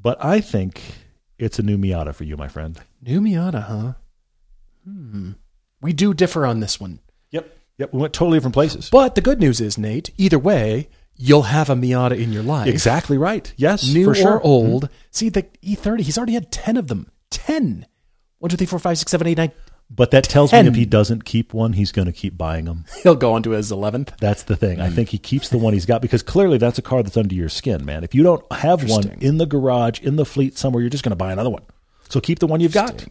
[SPEAKER 1] but I think it's a new Miata for you, my friend.
[SPEAKER 3] New Miata, huh? Hmm. We do differ on this one.
[SPEAKER 1] Yep. Yep. We went totally different places.
[SPEAKER 3] But the good news is, Nate, either way, you'll have a Miata in your life.
[SPEAKER 1] exactly right. Yes.
[SPEAKER 3] New
[SPEAKER 1] for
[SPEAKER 3] or
[SPEAKER 1] sure.
[SPEAKER 3] old. See, the E30, he's already had 10 of them. 10. 1, 2, 3, 4, 5, 6, 7, 8, 9.
[SPEAKER 1] But that tells
[SPEAKER 3] Ten.
[SPEAKER 1] me if he doesn't keep one, he's going to keep buying them.
[SPEAKER 3] He'll go on to his 11th.
[SPEAKER 1] That's the thing. I think he keeps the one he's got because clearly that's a car that's under your skin, man. If you don't have one in the garage, in the fleet somewhere, you're just going to buy another one. So keep the one you've got.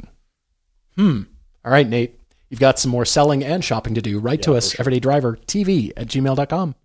[SPEAKER 3] Hmm. All right, Nate. You've got some more selling and shopping to do. Write to us, everydaydrivertv at gmail.com.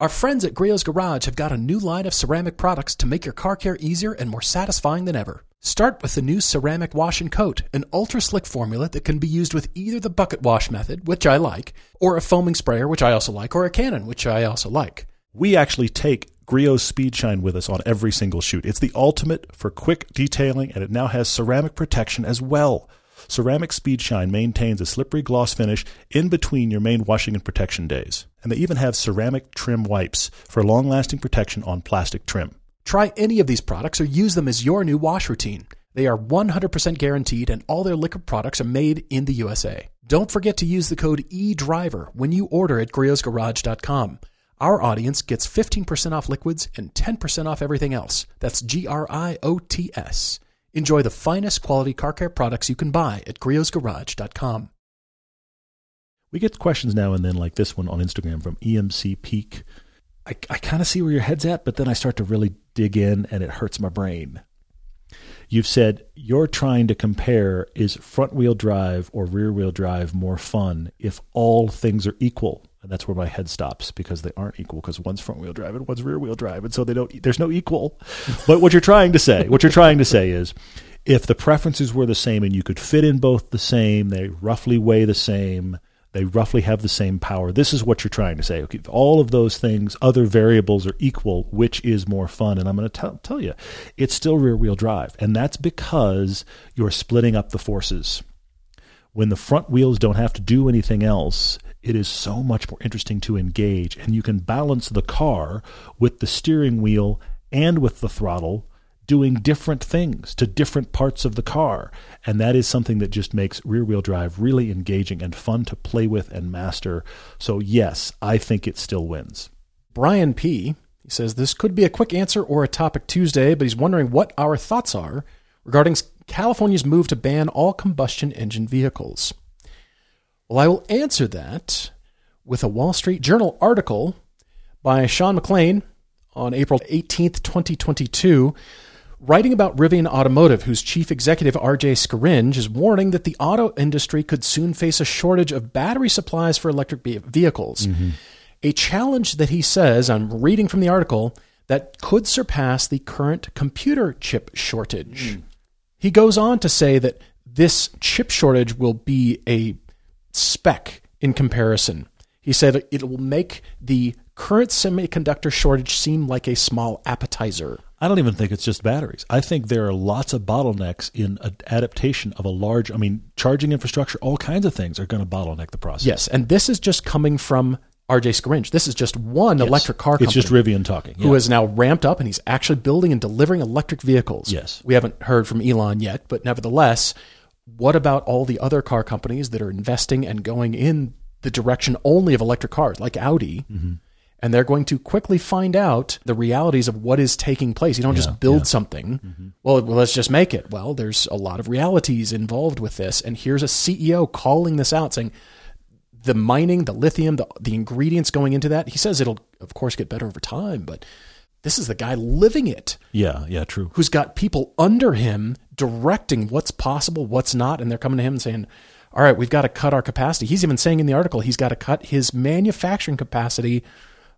[SPEAKER 3] Our friends at Griot's Garage have got a new line of ceramic products to make your car care easier and more satisfying than ever. Start with the new ceramic wash and coat, an ultra slick formula that can be used with either the bucket wash method, which I like, or a foaming sprayer, which I also like, or a cannon, which I also like.
[SPEAKER 1] We actually take Griot's Speed Shine with us on every single shoot. It's the ultimate for quick detailing, and it now has ceramic protection as well. Ceramic Speed Shine maintains a slippery gloss finish in between your main washing and protection days. And they even have ceramic trim wipes for long lasting protection on plastic trim.
[SPEAKER 3] Try any of these products or use them as your new wash routine. They are 100% guaranteed and all their liquor products are made in the USA. Don't forget to use the code EDRIVER when you order at griotsgarage.com. Our audience gets 15% off liquids and 10% off everything else. That's G R I O T S. Enjoy the finest quality car care products you can buy at griotsgarage.com.
[SPEAKER 1] We get questions now and then, like this one on Instagram from EMC Peak. I, I kind of see where your head's at, but then I start to really dig in and it hurts my brain. You've said you're trying to compare is front wheel drive or rear wheel drive more fun if all things are equal? And that's where my head stops because they aren't equal because one's front wheel drive and one's rear wheel drive. And so they don't, there's no equal. but what you're trying to say, what you're trying to say is if the preferences were the same and you could fit in both the same, they roughly weigh the same, they roughly have the same power. This is what you're trying to say. Okay, if all of those things, other variables are equal, which is more fun? And I'm going to tell, tell you, it's still rear wheel drive. And that's because you're splitting up the forces. When the front wheels don't have to do anything else, it is so much more interesting to engage. And you can balance the car with the steering wheel and with the throttle doing different things to different parts of the car. And that is something that just makes rear wheel drive really engaging and fun to play with and master. So, yes, I think it still wins.
[SPEAKER 3] Brian P. He says this could be a quick answer or a topic Tuesday, but he's wondering what our thoughts are regarding California's move to ban all combustion engine vehicles. Well, I will answer that with a Wall Street Journal article by Sean McLean on April 18th, 2022, writing about Rivian Automotive, whose chief executive RJ Scaringe is warning that the auto industry could soon face a shortage of battery supplies for electric ve- vehicles. A challenge that he says, I'm reading from the article, that could surpass the current computer chip shortage.
[SPEAKER 1] Hmm.
[SPEAKER 3] He goes on to say that this chip shortage will be a speck in comparison. He said it will make the current semiconductor shortage seem like a small appetizer.
[SPEAKER 1] I don't even think it's just batteries. I think there are lots of bottlenecks in a- adaptation of a large, I mean, charging infrastructure, all kinds of things are going to bottleneck the process.
[SPEAKER 3] Yes, and this is just coming from RJ Scaringe. This is just one electric car company
[SPEAKER 1] It's just Rivian talking.
[SPEAKER 3] who
[SPEAKER 1] Yeah.
[SPEAKER 3] has now ramped up and he's actually building and delivering electric vehicles.
[SPEAKER 1] Yes.
[SPEAKER 3] We haven't heard from Elon yet, but nevertheless, what about all the other car companies that are investing and going in the direction only of electric cars, like Audi? And they're going to quickly find out the realities of what is taking place. You don't just build something. Well, well, let's just make it. Well, there's a lot of realities involved with this. And here's a CEO calling this out saying, the mining, the lithium, the, the ingredients going into that. He says it'll, of course, get better over time, but this is the guy living it
[SPEAKER 1] yeah, yeah, true.
[SPEAKER 3] who's got people under him directing what's possible, what's not. And they're coming to him and saying, all right, we've got to cut our capacity. He's even saying in the article he's got to cut his manufacturing capacity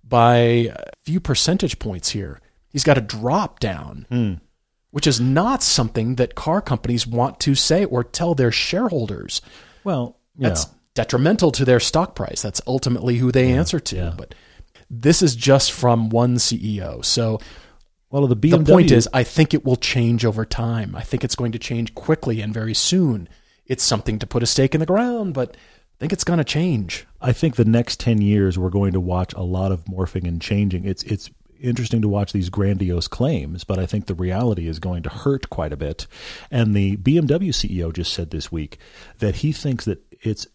[SPEAKER 3] by a few percentage points here. He's got to drop down, which is not something that car companies want to say or tell their shareholders.
[SPEAKER 1] Well, yeah.
[SPEAKER 3] That's detrimental to their stock price. That's ultimately who they answer to. But this is just from one CEO. So
[SPEAKER 1] well, the
[SPEAKER 3] the
[SPEAKER 1] BMW
[SPEAKER 3] point is, I think it will change over time. I think it's going to change quickly and very soon. It's something to put a stake in the ground, but I think it's going to change.
[SPEAKER 1] I think the next 10 years we're going to watch a lot of morphing and changing. It's it's interesting to watch these grandiose claims, but I think the reality is going to hurt quite a bit. And the BMW CEO E just said this week that he thinks that it's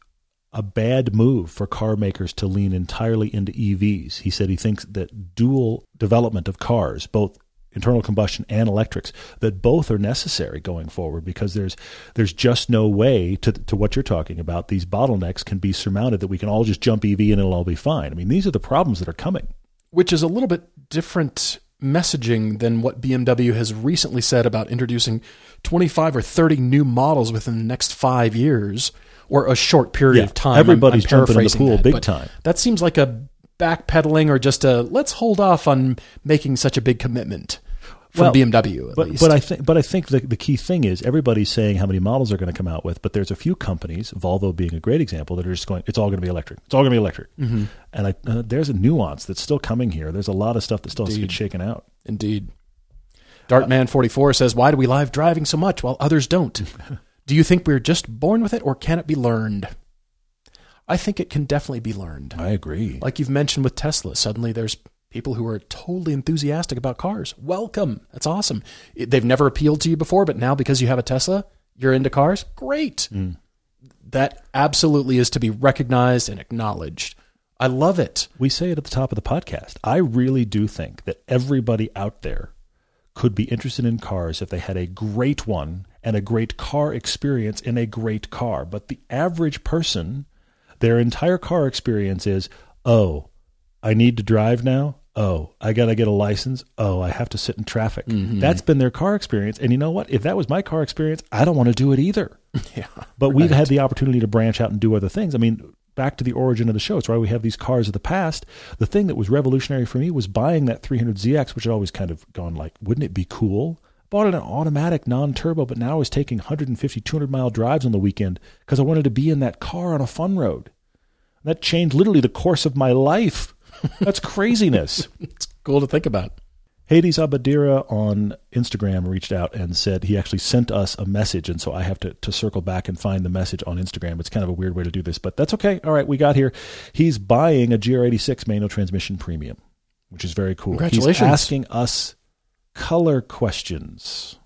[SPEAKER 1] a bad move for car makers to lean entirely into EVs. He said he thinks that dual development of cars, both internal combustion and electrics, that both are necessary going forward because there's there's just no way to to what you're talking about. These bottlenecks can be surmounted that we can all just jump EV and it'll all be fine. I mean, these are the problems that are coming.
[SPEAKER 3] which is a little bit different messaging than what BMW has recently said about introducing 25 or 30 new models within the next five years or a short period
[SPEAKER 1] Yeah,
[SPEAKER 3] of time. I'm-
[SPEAKER 1] everybody's
[SPEAKER 3] I'm
[SPEAKER 1] jumping in the
[SPEAKER 3] paraphrasing
[SPEAKER 1] pool
[SPEAKER 3] that,
[SPEAKER 1] big
[SPEAKER 3] but
[SPEAKER 1] time.
[SPEAKER 3] That seems like a backpedaling or just a let's hold off on making such a big commitment from
[SPEAKER 1] Well,
[SPEAKER 3] BMW at
[SPEAKER 1] But,
[SPEAKER 3] least.
[SPEAKER 1] but I think but I think the, the key thing is everybody's saying how many models are going to come out with, but there's a few companies, Volvo being a great example, that are just going. It's all going to be electric. It's all going to be electric. And I, uh, there's a nuance that's still coming here. There's a lot of stuff that still has to get shaken out.
[SPEAKER 3] Indeed. Dartman44 says, Why do we live driving so much while others don't? do you think we're just born with it or can it be learned? I think it can definitely be learned.
[SPEAKER 1] I agree.
[SPEAKER 3] Like you've mentioned with Tesla, suddenly there's people who are totally enthusiastic about cars. Welcome. That's awesome. It- They've never appealed to you before, but now because you have a Tesla, you're into cars. Great. That absolutely is to be recognized and acknowledged. I love it.
[SPEAKER 1] we say it at the top of the podcast. I really do think that everybody out there could be interested in cars if they had a great one and a great car experience in a great car. But the average person, their entire car experience is, oh, I need to drive now. Oh, I got to get a license. Oh, I have to sit in traffic. That's been their car experience. And you know what? If that was my car experience, I don't want to do it either.
[SPEAKER 3] Yeah.
[SPEAKER 1] But we've had the opportunity to branch out and do other things. I mean, back to the origin of the show. It's why we have these cars of the past. The thing that was revolutionary for me was buying that 300ZX, which had always kind of gone like, wouldn't it be cool? Bought it an automatic non-turbo, but now I was taking 150, 200 mile drives on the weekend because I wanted to be in that car on a fun road. That changed literally the course of my life. That's craziness.
[SPEAKER 3] It's cool to think about.
[SPEAKER 1] Hades Abadira on Instagram reached out and said he actually sent us a message, and so I have to, to circle back and find the message on Instagram. It's kind of a weird way to do this, but that's okay. All right, we got here. He's buying a GR86 manual transmission premium, which is very cool. He's
[SPEAKER 3] Congratulations.
[SPEAKER 1] asking us color questions.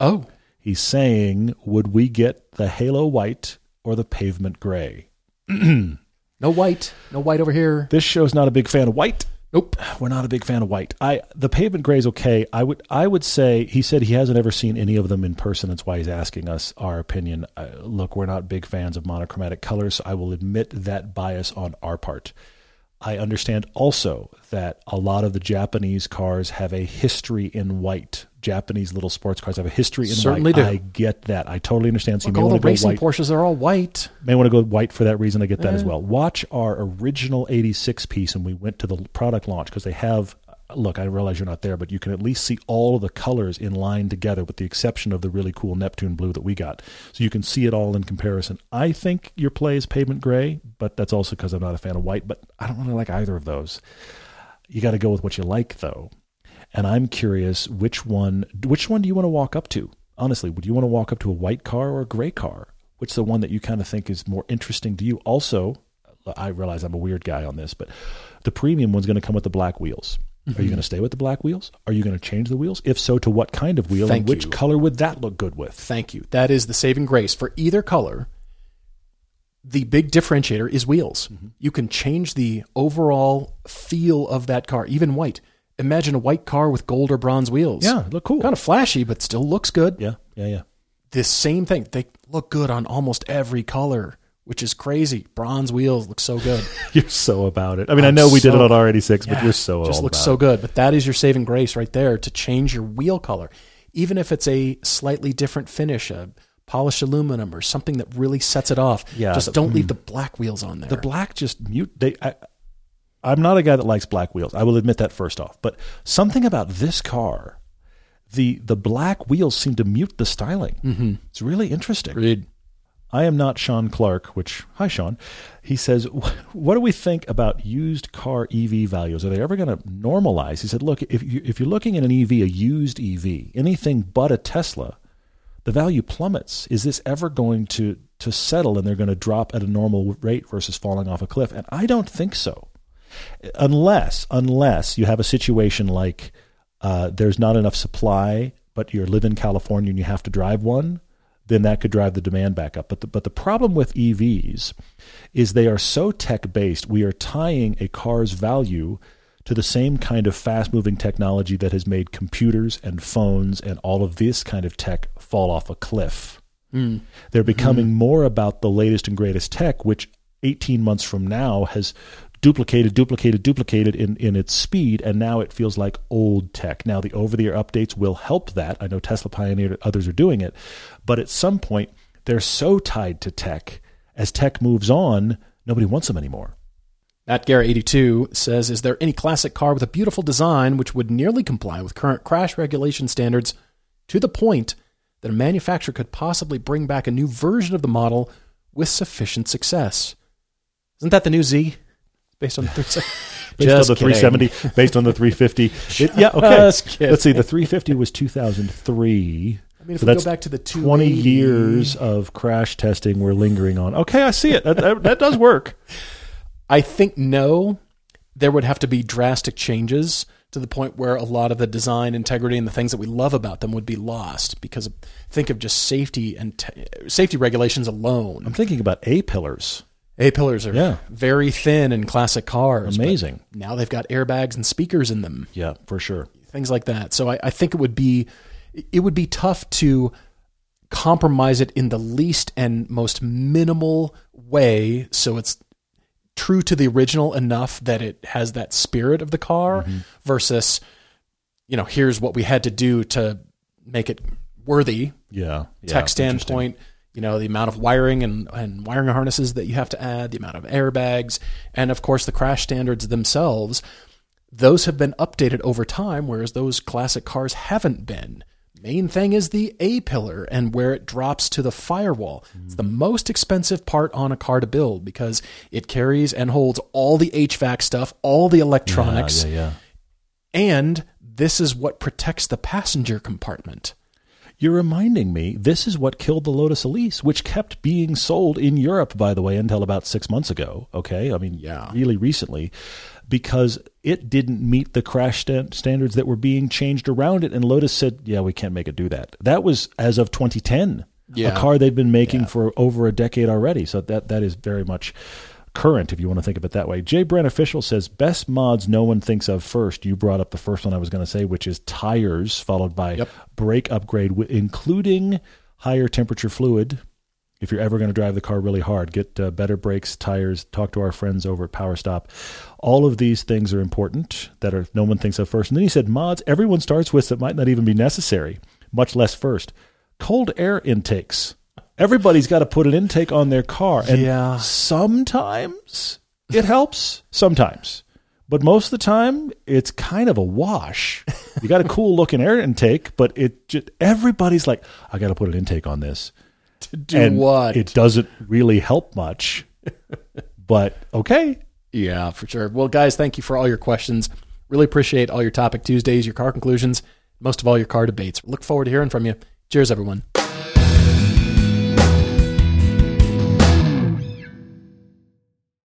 [SPEAKER 3] Oh,
[SPEAKER 1] He's saying, would we get the halo white or the pavement gray?
[SPEAKER 3] no white. No white over here.
[SPEAKER 1] This show's not a big fan of white.
[SPEAKER 3] Nope.
[SPEAKER 1] we're not a big fan of white. I the pavement gray is okay. I would I would say he said he hasn't ever seen any of them in person. That's why he's asking us our opinion. Uh, look, we're not big fans of monochromatic colors. So I will admit that bias on our part. I understand also that a lot of the Japanese cars have a history in white. Japanese little sports cars have a history in
[SPEAKER 3] Certainly
[SPEAKER 1] white.
[SPEAKER 3] do.
[SPEAKER 1] I get that. I totally understand. So
[SPEAKER 3] Look,
[SPEAKER 1] you may
[SPEAKER 3] all the
[SPEAKER 1] want to go
[SPEAKER 3] racing
[SPEAKER 1] white
[SPEAKER 3] Porsches are all white.
[SPEAKER 1] may want to go white for that reason. I get that as well. Watch our original 86 piece, and we went to the product launch because they have. Look, I realize you're not there, but you can at least see all of the colors in line together, with the exception of the really cool Neptune blue that we got. So you can see it all in comparison. I think your play is pavement gray, but that's also because I'm not a fan of white, but I don't really like either of those. You got to go with what you like, though. And I'm curious which one which one do you want to walk up to? Honestly, would you want to walk up to a white car or a gray car? Which the one that you kind of think is more interesting to you? Also, I realize I'm a weird guy on this, but the premium one's going to come with the black wheels. Are you going to stay with the black wheels? Are you going to change the wheels? If so, to what kind of wheel
[SPEAKER 3] Thank
[SPEAKER 1] and which
[SPEAKER 3] you.
[SPEAKER 1] color would that look good with?
[SPEAKER 3] Thank you. That is the saving grace for either color. The big differentiator is wheels.
[SPEAKER 1] Mm-hmm.
[SPEAKER 3] You can change the overall feel of that car, even white. Imagine a white car with gold or bronze wheels.
[SPEAKER 1] Yeah, look cool.
[SPEAKER 3] Kind of flashy, but still looks good.
[SPEAKER 1] Yeah, yeah, yeah.
[SPEAKER 3] This same thing. They look good on almost every color, which is crazy. Bronze wheels look so good.
[SPEAKER 1] You're so about it. I mean, i
[SPEAKER 3] I'm
[SPEAKER 1] know we did
[SPEAKER 3] so-
[SPEAKER 1] it on R86, but
[SPEAKER 3] Yeah,
[SPEAKER 1] you're so
[SPEAKER 3] just
[SPEAKER 1] all
[SPEAKER 3] looks
[SPEAKER 1] about
[SPEAKER 3] so
[SPEAKER 1] it.
[SPEAKER 3] good. But that is your saving grace right there to change your wheel color, even if it's a slightly different finish, a polished aluminum or something that really sets it off.
[SPEAKER 1] Yeah. Mm-hmm.
[SPEAKER 3] just don't leave the black wheels on there.
[SPEAKER 1] The black just mute. They, I, I'm not a guy that likes black wheels. I will admit that first off. But something about this car, the the black wheels seem to mute the styling. Mm-hmm. It's really interesting.
[SPEAKER 3] Agreed.
[SPEAKER 1] I am not Sean Clark, which, hi, Sean. He says, "Wh- What do we think about used car EV values? Are they ever going to normalize? He said, Look, if, you, if you're looking at an EV, a used EV, anything but a Tesla, the value plummets. Is this ever going to, to settle and they're going to drop at a normal rate versus falling off a cliff? And I don't think so. unless unless you have a situation like uh, there's not enough supply, but you live in California and you have to drive one, then that could drive the demand back up. But the, but the problem with EVs is they are so tech based. We are tying a car's value to the same kind of fast moving technology that has made computers and phones and all of this kind of tech fall off a cliff. They're becoming more about the latest and greatest tech, which 18 months from now has duplicated, duplicated, duplicated in, in its speed, and now it feels like old tech. Now, the over the air updates will help that. I know Tesla pioneered it, others are doing it. But at some point, they're so tied to tech. As tech moves on, nobody wants them anymore.
[SPEAKER 3] Matt Garrett 82 says, Is there any classic car with a beautiful design which would nearly comply with current crash regulation standards to the point that a manufacturer could possibly bring back a new version of the model with sufficient success? Isn't that the new Z? Based on the, based
[SPEAKER 1] Based on the 370, based on the 350. It- yeah, okay.
[SPEAKER 3] Just kidding.
[SPEAKER 1] Let's see. The 350 was 2003.
[SPEAKER 3] I mean, if
[SPEAKER 1] so
[SPEAKER 3] we go
[SPEAKER 1] that's
[SPEAKER 3] back to the
[SPEAKER 1] 20
[SPEAKER 3] 280.
[SPEAKER 1] years of crash testing we're lingering on. Okay, I see it. That, that, that does work.
[SPEAKER 3] I think no, there would have to be drastic changes to the point where a lot of the design integrity and the things that we love about them would be lost because of- think of just safety and t- safety regulations alone.
[SPEAKER 1] I'm thinking about A pillars.
[SPEAKER 3] A pillars are
[SPEAKER 1] Yeah.
[SPEAKER 3] very thin in classic cars. but
[SPEAKER 1] Amazing.
[SPEAKER 3] Now they've got airbags and speakers in them,
[SPEAKER 1] Yeah, for sure.
[SPEAKER 3] things like that. So I, I think it would be it would be tough to compromise it in the least and most minimal way so it's true to the original enough that it has that spirit of the car versus you know here's what we had to do to make it worthy
[SPEAKER 1] Yeah. yeah,
[SPEAKER 3] tech
[SPEAKER 1] interesting.
[SPEAKER 3] standpoint you know the amount of wiring and, and wiring harnesses that you have to add the amount of airbags and of course the crash standards themselves those have been updated over time whereas those classic cars haven't been main thing is the a pillar and where it drops to the firewall it's
[SPEAKER 1] Mm-hmm.
[SPEAKER 3] the most expensive part on a car to build because it carries and holds all the hvac stuff all the electronics
[SPEAKER 1] Yeah, yeah, yeah.
[SPEAKER 3] and this is what protects the passenger compartment
[SPEAKER 1] You're reminding me this is what killed the Lotus Elise, which kept being sold in Europe, by the way, until about six months ago. Okay. I mean,
[SPEAKER 3] Yeah.
[SPEAKER 1] really recently, because it didn't meet the crash stand- standards that were being changed around it. And Lotus said, yeah, we can't make it do that. That was as of 2010,
[SPEAKER 3] Yeah.
[SPEAKER 1] a car they've been making for over a decade already. So that, that is very much current, if you want to think of it that way. Jay Brand Official says, best mods no one thinks of first. You brought up the first one I was going to say, which is tires, followed by
[SPEAKER 3] Yep.
[SPEAKER 1] brake upgrade, wi- including higher temperature fluid. If you're ever going to drive the car really hard, get uh, better brakes, tires, talk to our friends over at Power Stop. All of these things are important that are no one thinks of first. And then he said mods everyone starts with that might not even be necessary, much less first. Cold air intakes. Everybody's got to put an intake on their car and
[SPEAKER 3] Yeah.
[SPEAKER 1] sometimes it helps, sometimes. But most of the time, it's kind of a wash. You got a cool looking air intake, but it just, everybody's like, I got to put an intake on this.
[SPEAKER 3] to do
[SPEAKER 1] and
[SPEAKER 3] what
[SPEAKER 1] It doesn't really help much. but okay.
[SPEAKER 3] Yeah, for sure. Well, guys, thank you for all your questions. Really appreciate all your topic Tuesdays, your car conclusions, most of all your car debates. Look forward to hearing from you. Cheers, everyone.